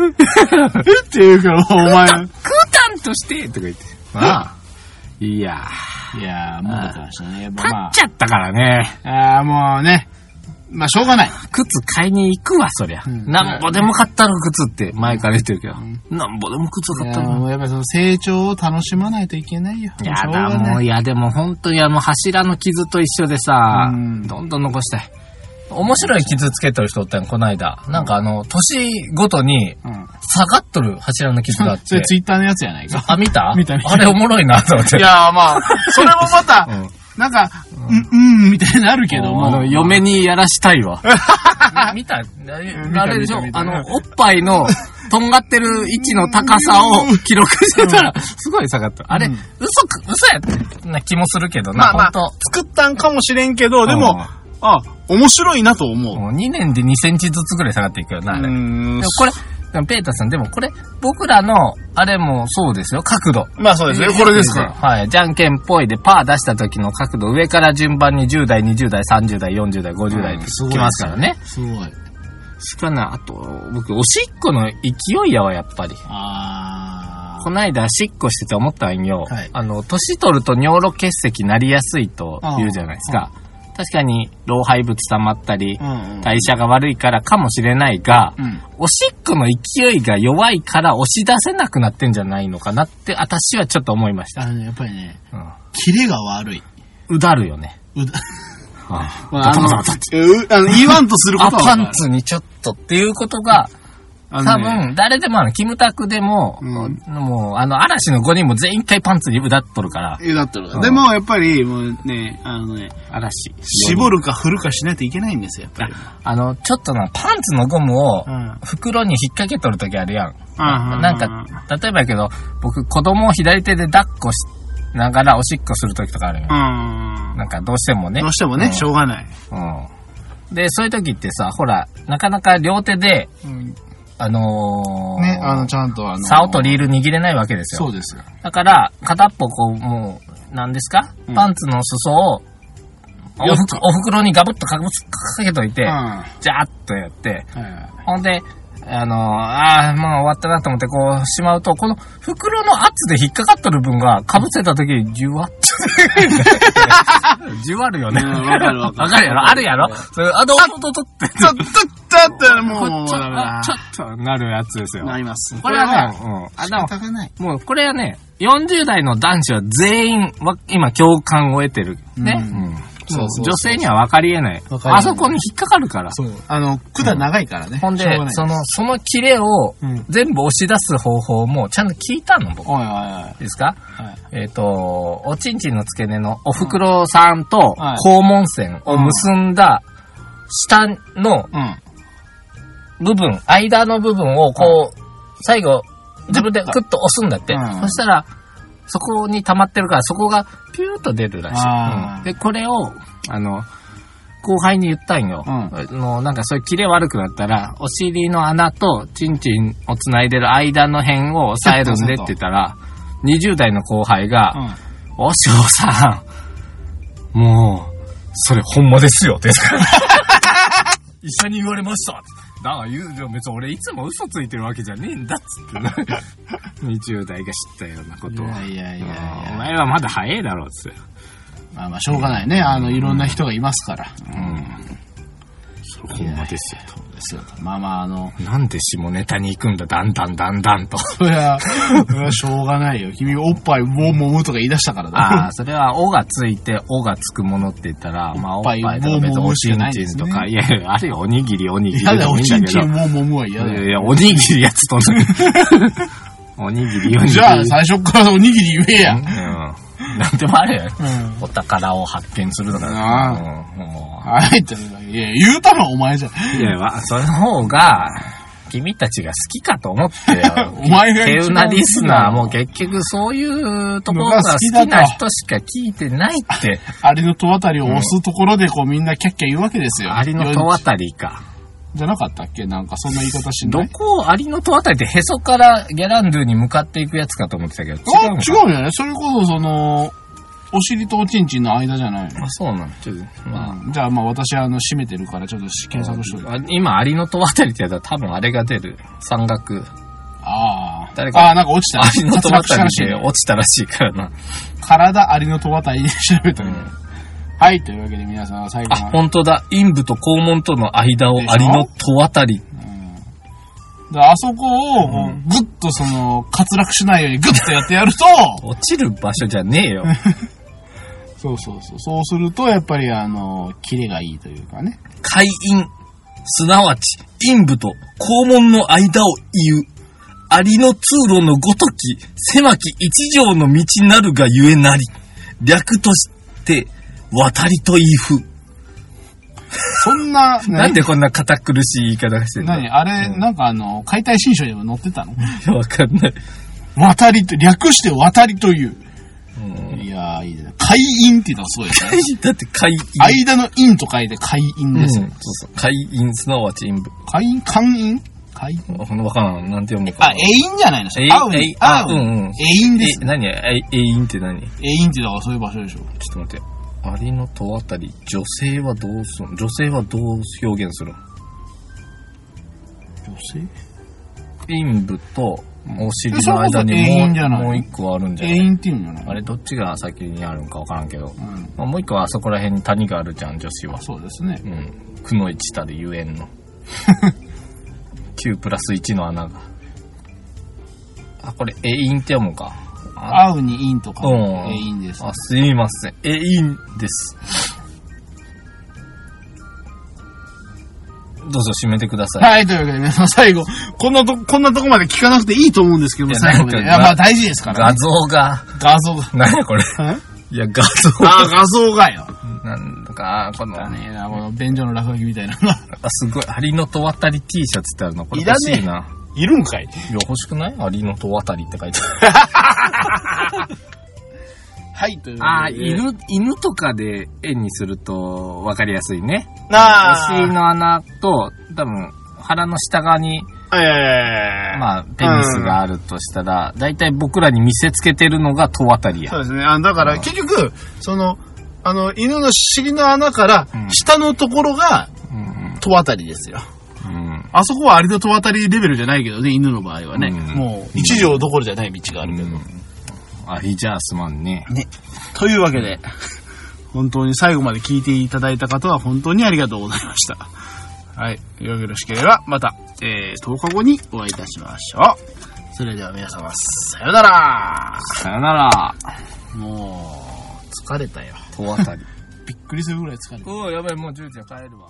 Speaker 2: ょいって、えって言うから、お前。
Speaker 1: クータンとしてとか言って。まあ、いや
Speaker 2: いやー、もうだからしたね。
Speaker 1: ー、立
Speaker 2: ま
Speaker 1: っちゃったからね。
Speaker 2: あ、あーもうね、まあ、しょうがない。
Speaker 1: 靴買いに行くわ、そりゃ。
Speaker 2: うん
Speaker 1: なんぼでも買ったろ、靴って。前から言ってるけど。なんぼでも靴
Speaker 2: い
Speaker 1: 買っ
Speaker 2: や
Speaker 1: た
Speaker 2: ー
Speaker 1: ろ。
Speaker 2: もうやっぱりその成長を楽しまないといけないよ。
Speaker 1: や
Speaker 2: しょう
Speaker 1: だ、
Speaker 2: が
Speaker 1: も
Speaker 2: な
Speaker 1: う、
Speaker 2: い。
Speaker 1: いや、でも本当にあの柱の傷と一緒でさ、
Speaker 2: うん
Speaker 1: どんどん残したい。面白い傷つけてる人おったん、この間。なんかあの、年ごとに
Speaker 2: うん。
Speaker 1: 下がっとる柱の傷があっ
Speaker 2: そ
Speaker 1: て
Speaker 2: れ。ツイッターのやつやない
Speaker 1: *laughs*
Speaker 2: か。
Speaker 1: あ、見た
Speaker 2: 見た見た
Speaker 1: あれおもろいな、と思って。
Speaker 2: いやーまあ、それもまた
Speaker 1: う、ん
Speaker 2: なんか、うん、うん、みたいになるけど
Speaker 1: あ
Speaker 2: も
Speaker 1: の。嫁にやらしたい
Speaker 2: *laughs*
Speaker 1: わ。見た
Speaker 2: た
Speaker 1: あれでしょ
Speaker 2: 見た
Speaker 1: あの、おっぱいの、とんがってる位置の高さを記録してたら、すごい下がった。あれ、
Speaker 2: うん
Speaker 1: 嘘く、嘘やってな気もするけどな、
Speaker 2: まあまあ
Speaker 1: ほん、
Speaker 2: 作ったんかもしれんけど、で
Speaker 1: う
Speaker 2: も
Speaker 1: ん、
Speaker 2: あ、面白いなと思
Speaker 1: と。
Speaker 2: う。
Speaker 1: もう2年で2センチずつぐらい下がっていくよな、あれ。
Speaker 2: う
Speaker 1: でも
Speaker 2: ん
Speaker 1: これ、でもペーターさん、でもこれ、僕らの、あれもそうですよ、角度。
Speaker 2: まあそうですね、これですから。
Speaker 1: はい。じゃんけんぽいでパー出した時の角度、上から順番に10代、20代、30代、40代、50代
Speaker 2: う
Speaker 1: で
Speaker 2: んすごい
Speaker 1: きますからね。
Speaker 2: すごい。
Speaker 1: しかない。あと、僕、おしっこの勢いやわ、やっぱり。
Speaker 2: あ
Speaker 1: こないだ、しっこしてて思ったんよ。
Speaker 2: はい
Speaker 1: あの、年取ると尿路結石なりやすいと言うじゃないですか。確かに、老廃物溜まったり
Speaker 2: ー。、うんうん。
Speaker 1: 代謝が悪いからかもしれないが、
Speaker 2: うん。
Speaker 1: おしっこの勢いが弱いから押し出せなくなってんじゃないのかなって、私はちょっと思いました。
Speaker 2: あのね、やっぱりね、
Speaker 1: う
Speaker 2: キレが悪い。
Speaker 1: ん。うだるよね。
Speaker 2: うだ、
Speaker 1: あ
Speaker 2: *laughs* まあ、あの、うあの言わんとすることはわ
Speaker 1: パ
Speaker 2: かる。
Speaker 1: ンツにちょっとっていうことが、
Speaker 2: あ
Speaker 1: 多
Speaker 2: のね
Speaker 1: 分、誰でもあの、キムタクでも、
Speaker 2: うん
Speaker 1: もう、あの、嵐の5人も全員一回パンツにうだっとるから、
Speaker 2: だったら
Speaker 1: ん
Speaker 2: でも、やっぱり、もうね、あのね、
Speaker 1: 嵐。
Speaker 2: 絞るか振るかしないといけないんですよ、やっぱり。
Speaker 1: あの、ちょっとな、パンツのゴムを
Speaker 2: う、ん。
Speaker 1: 袋に引っ掛けとるときあるやん。
Speaker 2: あ
Speaker 1: なんか、例えばやけど、僕、子供を左手で抱っこしながらおしっこするときとかあるやん。
Speaker 2: う
Speaker 1: なんか、どうしてもね
Speaker 2: ん。どう。しても
Speaker 1: う
Speaker 2: ね、
Speaker 1: ん
Speaker 2: しょうがない。
Speaker 1: うん。で、そういうときってさ、ほら、なかなか両手で、あのー、
Speaker 2: ね、あの、ちゃんとあの、
Speaker 1: 竿とリール握れないわけですよ。
Speaker 2: そうですよ。
Speaker 1: だから、片っぽこう、もう、何ですか、
Speaker 2: うん
Speaker 1: パンツの裾を、おふくお袋にガブッとかぶすかけといて、
Speaker 2: うん。は
Speaker 1: ジャーッとやって、
Speaker 2: いはい
Speaker 1: ほんで、あの、ああ、まあ終わったなと思ってこうしまうと、この袋の圧で引っかかっとる分が被せた時にじゅわっ *laughs* と。じゅわるよね。
Speaker 2: うんわかるわかる
Speaker 1: わかるやろあるやろそれ、あの、あととって。
Speaker 2: ちょっと、ちょっと、もう、もう
Speaker 1: ちょ
Speaker 2: ダメだ
Speaker 1: っと、ちょっとなるやつですよ。
Speaker 2: なります。
Speaker 1: これはね、うん。あ
Speaker 2: 仕
Speaker 1: の、
Speaker 2: 方がない。
Speaker 1: もうこれはね、40代の男子は全員わ、今共感を得てる。ね。
Speaker 2: うん
Speaker 1: うん
Speaker 2: そうそうそう
Speaker 1: 女性には分かり得ない。
Speaker 2: 分かり得ない
Speaker 1: あそこに引っかかるから。
Speaker 2: そう。あの、管長いからね。
Speaker 1: ほんで
Speaker 2: しょうがない、
Speaker 1: その、そのキレを
Speaker 2: うん
Speaker 1: 全部押し出す方法もちゃんと聞いたの、僕。
Speaker 2: おいおいおい。
Speaker 1: ですか
Speaker 2: はい
Speaker 1: えっ、と、おちんちんの付け根のお袋さんと
Speaker 2: うんはい
Speaker 1: 肛門線を結んだ下の
Speaker 2: うん。
Speaker 1: 部分、間の部分をこう、最後、自分でクッと押すんだって。
Speaker 2: うん
Speaker 1: そしたら、そこに溜まってるから、そこがピューッと出るらしい。
Speaker 2: あー
Speaker 1: うんで、これを、あの、後輩に言ったんよ。
Speaker 2: うん
Speaker 1: あのなんかそういうキレ悪くなったら、お尻の穴とチンチンをつないでる間の辺を押さえるんでって言ったら、20代の後輩が、
Speaker 2: うん。
Speaker 1: おしょうさん、もう、それほんまですよ、ですから。 *laughs* 医者に言われました。だから言う、でも別に俺いつも嘘ついてるわけじゃねえんだっつってな。20代が知ったようなことを。
Speaker 2: いやいやいやい
Speaker 1: うんお
Speaker 2: や。
Speaker 1: 前はまだ早えだろ、つって。
Speaker 2: まあまあ、しょうがないね。あの、いろんな人がいますから。
Speaker 1: うん。それほんまですよ、と。
Speaker 2: ですよ。まあまあ、あの、
Speaker 1: なんで下ネタに行くんだ、だんだんだんだんと。
Speaker 2: そりゃ、それはしょうがないよ。君がおっぱいを揉むとか言い出したからだ。
Speaker 1: ああ、それは、おがついて、おがつくものって言ったら、まあ、おっぱいとか別におちんちんとか、いやいや、あれよ、おにぎり、おにぎり
Speaker 2: 嫌だ
Speaker 1: で
Speaker 2: よ、
Speaker 1: も
Speaker 2: お
Speaker 1: いいん
Speaker 2: ち
Speaker 1: だ
Speaker 2: ん
Speaker 1: け
Speaker 2: ち
Speaker 1: ど
Speaker 2: ん。揉む揉むは嫌
Speaker 1: い
Speaker 2: だ
Speaker 1: や
Speaker 2: よ。
Speaker 1: いや、おにぎりやつ *laughs* とね。おにぎり、おにぎり。
Speaker 2: じゃあ、最初からおにぎり言えや。
Speaker 1: うん。なんでもあれや。
Speaker 2: うん。
Speaker 1: お宝を発見するとか。
Speaker 2: あ
Speaker 1: うんも
Speaker 2: はいってなんだけどいや、言うたのお前じゃん。。
Speaker 1: ういや、わその方が、君たちが好きかと思ってよ
Speaker 2: お前が
Speaker 1: 手
Speaker 2: 一
Speaker 1: う
Speaker 2: 番
Speaker 1: なリスナーも結局そういうところが好きな人しか聞いてないって。
Speaker 2: アリの戸あたりを押すところで、こう、みんなキャッキャ言うわけですよ。
Speaker 1: アリの戸あたりか。
Speaker 2: じゃなかったっけなんか、そんな言い方しな
Speaker 1: ど
Speaker 2: い。
Speaker 1: こをアリの戸あたりってへそからギャランドゥに向かっていくやつかと思ってたけど、違
Speaker 2: あ
Speaker 1: う
Speaker 2: 違うん
Speaker 1: の
Speaker 2: じ
Speaker 1: か
Speaker 2: ゃないそれこそ、その、お尻とおちんちんの間じゃないの
Speaker 1: あ、そうなの。ちょっと、まあ、
Speaker 2: じゃあ、まあ、私、あの、閉めてるから、ちょっと検索しとい
Speaker 1: あ
Speaker 2: て。
Speaker 1: 今、アリの戸あたりってやったら多分あれが出る。山岳。
Speaker 2: ああ。
Speaker 1: 誰か
Speaker 2: ああ、なんか落ちた。
Speaker 1: アリの戸あた
Speaker 2: 脱落し
Speaker 1: り
Speaker 2: た
Speaker 1: で
Speaker 2: らしいね
Speaker 1: 落ちたらしいからな。
Speaker 2: 体アリの戸あたりで調べた
Speaker 1: う
Speaker 2: ね。
Speaker 1: ん
Speaker 2: はい、というわけで皆さん、最後
Speaker 1: あ、
Speaker 2: まで。
Speaker 1: 本当だ。陰部と肛門との間を
Speaker 2: でしょ
Speaker 1: アリの戸あたり。
Speaker 2: だからあそこを、こうぐっとその、滑落しないようにぐっとやってやると、
Speaker 1: 落ちる場所じゃねえよ。
Speaker 2: そうそうそう。そうすると、やっぱり、あの、キレがいいというかね。
Speaker 1: 会陰、すなわち陰部と肛門の間を言う。アリの通路のごとき、狭き一条の道なるがゆえなり。略として、渡りと言ふ。
Speaker 2: そんな、
Speaker 1: なんでこんな堅苦しい言い方してんの
Speaker 2: 何あれ、なんかあの、解体新書にも載ってた
Speaker 1: *laughs*
Speaker 2: の
Speaker 1: わかんない。
Speaker 2: 渡りと、略して渡りという。
Speaker 1: うん
Speaker 2: いやー、いいね。会員っていうのはすごいですね。
Speaker 1: だって会員。
Speaker 2: 間の員と書いて会員
Speaker 1: う
Speaker 2: で
Speaker 1: ん、
Speaker 2: す
Speaker 1: そ
Speaker 2: よ。
Speaker 1: うそう。会員、すなわち陰部。
Speaker 2: 会員会員会員
Speaker 1: わからん。なんて読むか
Speaker 2: あ、永。遠じゃないの
Speaker 1: えい、
Speaker 2: 合う
Speaker 1: え
Speaker 2: ね
Speaker 1: い、。
Speaker 2: 合
Speaker 1: あ、
Speaker 2: う
Speaker 1: う
Speaker 2: ね。
Speaker 1: んうん。
Speaker 2: 永遠です
Speaker 1: え、。何え、えいんって何ちょ
Speaker 2: 永遠ってだからそういう場所でしょ。
Speaker 1: っと待って。アリの戸あたり、女性はどうするの女性はどう表現するの
Speaker 2: 女性
Speaker 1: 陰部とお尻
Speaker 2: えそ
Speaker 1: の
Speaker 2: れこそ
Speaker 1: 間に
Speaker 2: 永
Speaker 1: も
Speaker 2: 遠じゃ
Speaker 1: う、
Speaker 2: ない
Speaker 1: もう一個あるんじゃ
Speaker 2: 永
Speaker 1: ない
Speaker 2: 遠っていうんじゃない
Speaker 1: あれ、どっちが先にあるのかわからんけど。
Speaker 2: うん。
Speaker 1: まあもう一個はあそこら辺に谷があるじゃん、女子は。
Speaker 2: そうですね
Speaker 1: う。ん。くの一たるゆえんの。9プラス1の穴が。あ、これ、えいんって読むか。あ、
Speaker 2: 合うに院とか、
Speaker 1: うん
Speaker 2: 永遠です。
Speaker 1: あすいません。えいんです。どうぞ閉めてください。
Speaker 2: はい、というわけで皆さん最後、こんなと、こんなとこまで聞かなくていいと思うんですけ
Speaker 1: い
Speaker 2: ども、
Speaker 1: や
Speaker 2: 最後まで。
Speaker 1: ないんか
Speaker 2: や、
Speaker 1: な
Speaker 2: まあ大事ですから
Speaker 1: 画
Speaker 2: ね。
Speaker 1: 像 *laughs* が、
Speaker 2: 画像が。
Speaker 1: なんやこれ。
Speaker 2: あ
Speaker 1: いや、画像
Speaker 2: *laughs* あ、画像がよ。
Speaker 1: なんだか、この、
Speaker 2: だねえな、この便所の落書きみたいなのが。
Speaker 1: あ、すごい、アリの戸渡り T シャツってあるの。これ
Speaker 2: いら
Speaker 1: 欲
Speaker 2: ねえ
Speaker 1: しいな。
Speaker 2: *laughs* いるんかい
Speaker 1: いや、欲しくないアリの戸渡りって書いてある。
Speaker 2: はい、という
Speaker 1: ああ、
Speaker 2: わけで。
Speaker 1: 犬、犬とかで円にすると分かりやすいね。お
Speaker 2: な
Speaker 1: 尻の穴と、多分、腹の下側に、
Speaker 2: ええ
Speaker 1: まあ、ペニスがあるとしたら、だいたい僕らに見せつけてるのが戸渡りや
Speaker 2: そう。ですね。あのだから、結局、その、あの、犬の尻の穴から
Speaker 1: う、ん
Speaker 2: 下のところが、
Speaker 1: うんうん
Speaker 2: 戸あたりですよ。
Speaker 1: うん。
Speaker 2: あそこはアリの戸渡りレベルじゃないけどね、犬の場合はね。
Speaker 1: うん
Speaker 2: もう、一条どころじゃない道があるけど。
Speaker 1: あれじゃあすまんね。
Speaker 2: というわけで、本当に最後まで聞いていただいた方は本当にありがとうございました。はい。よろしければ、また、えー、10日後にお会いいたしましょう。それでは皆様、さようなら
Speaker 1: さよなら。
Speaker 2: もう、疲れたよ。
Speaker 1: 戸渡り。 *laughs*
Speaker 4: びっくりするぐらい疲れた
Speaker 1: おお、やばい、もう10時や帰るわ。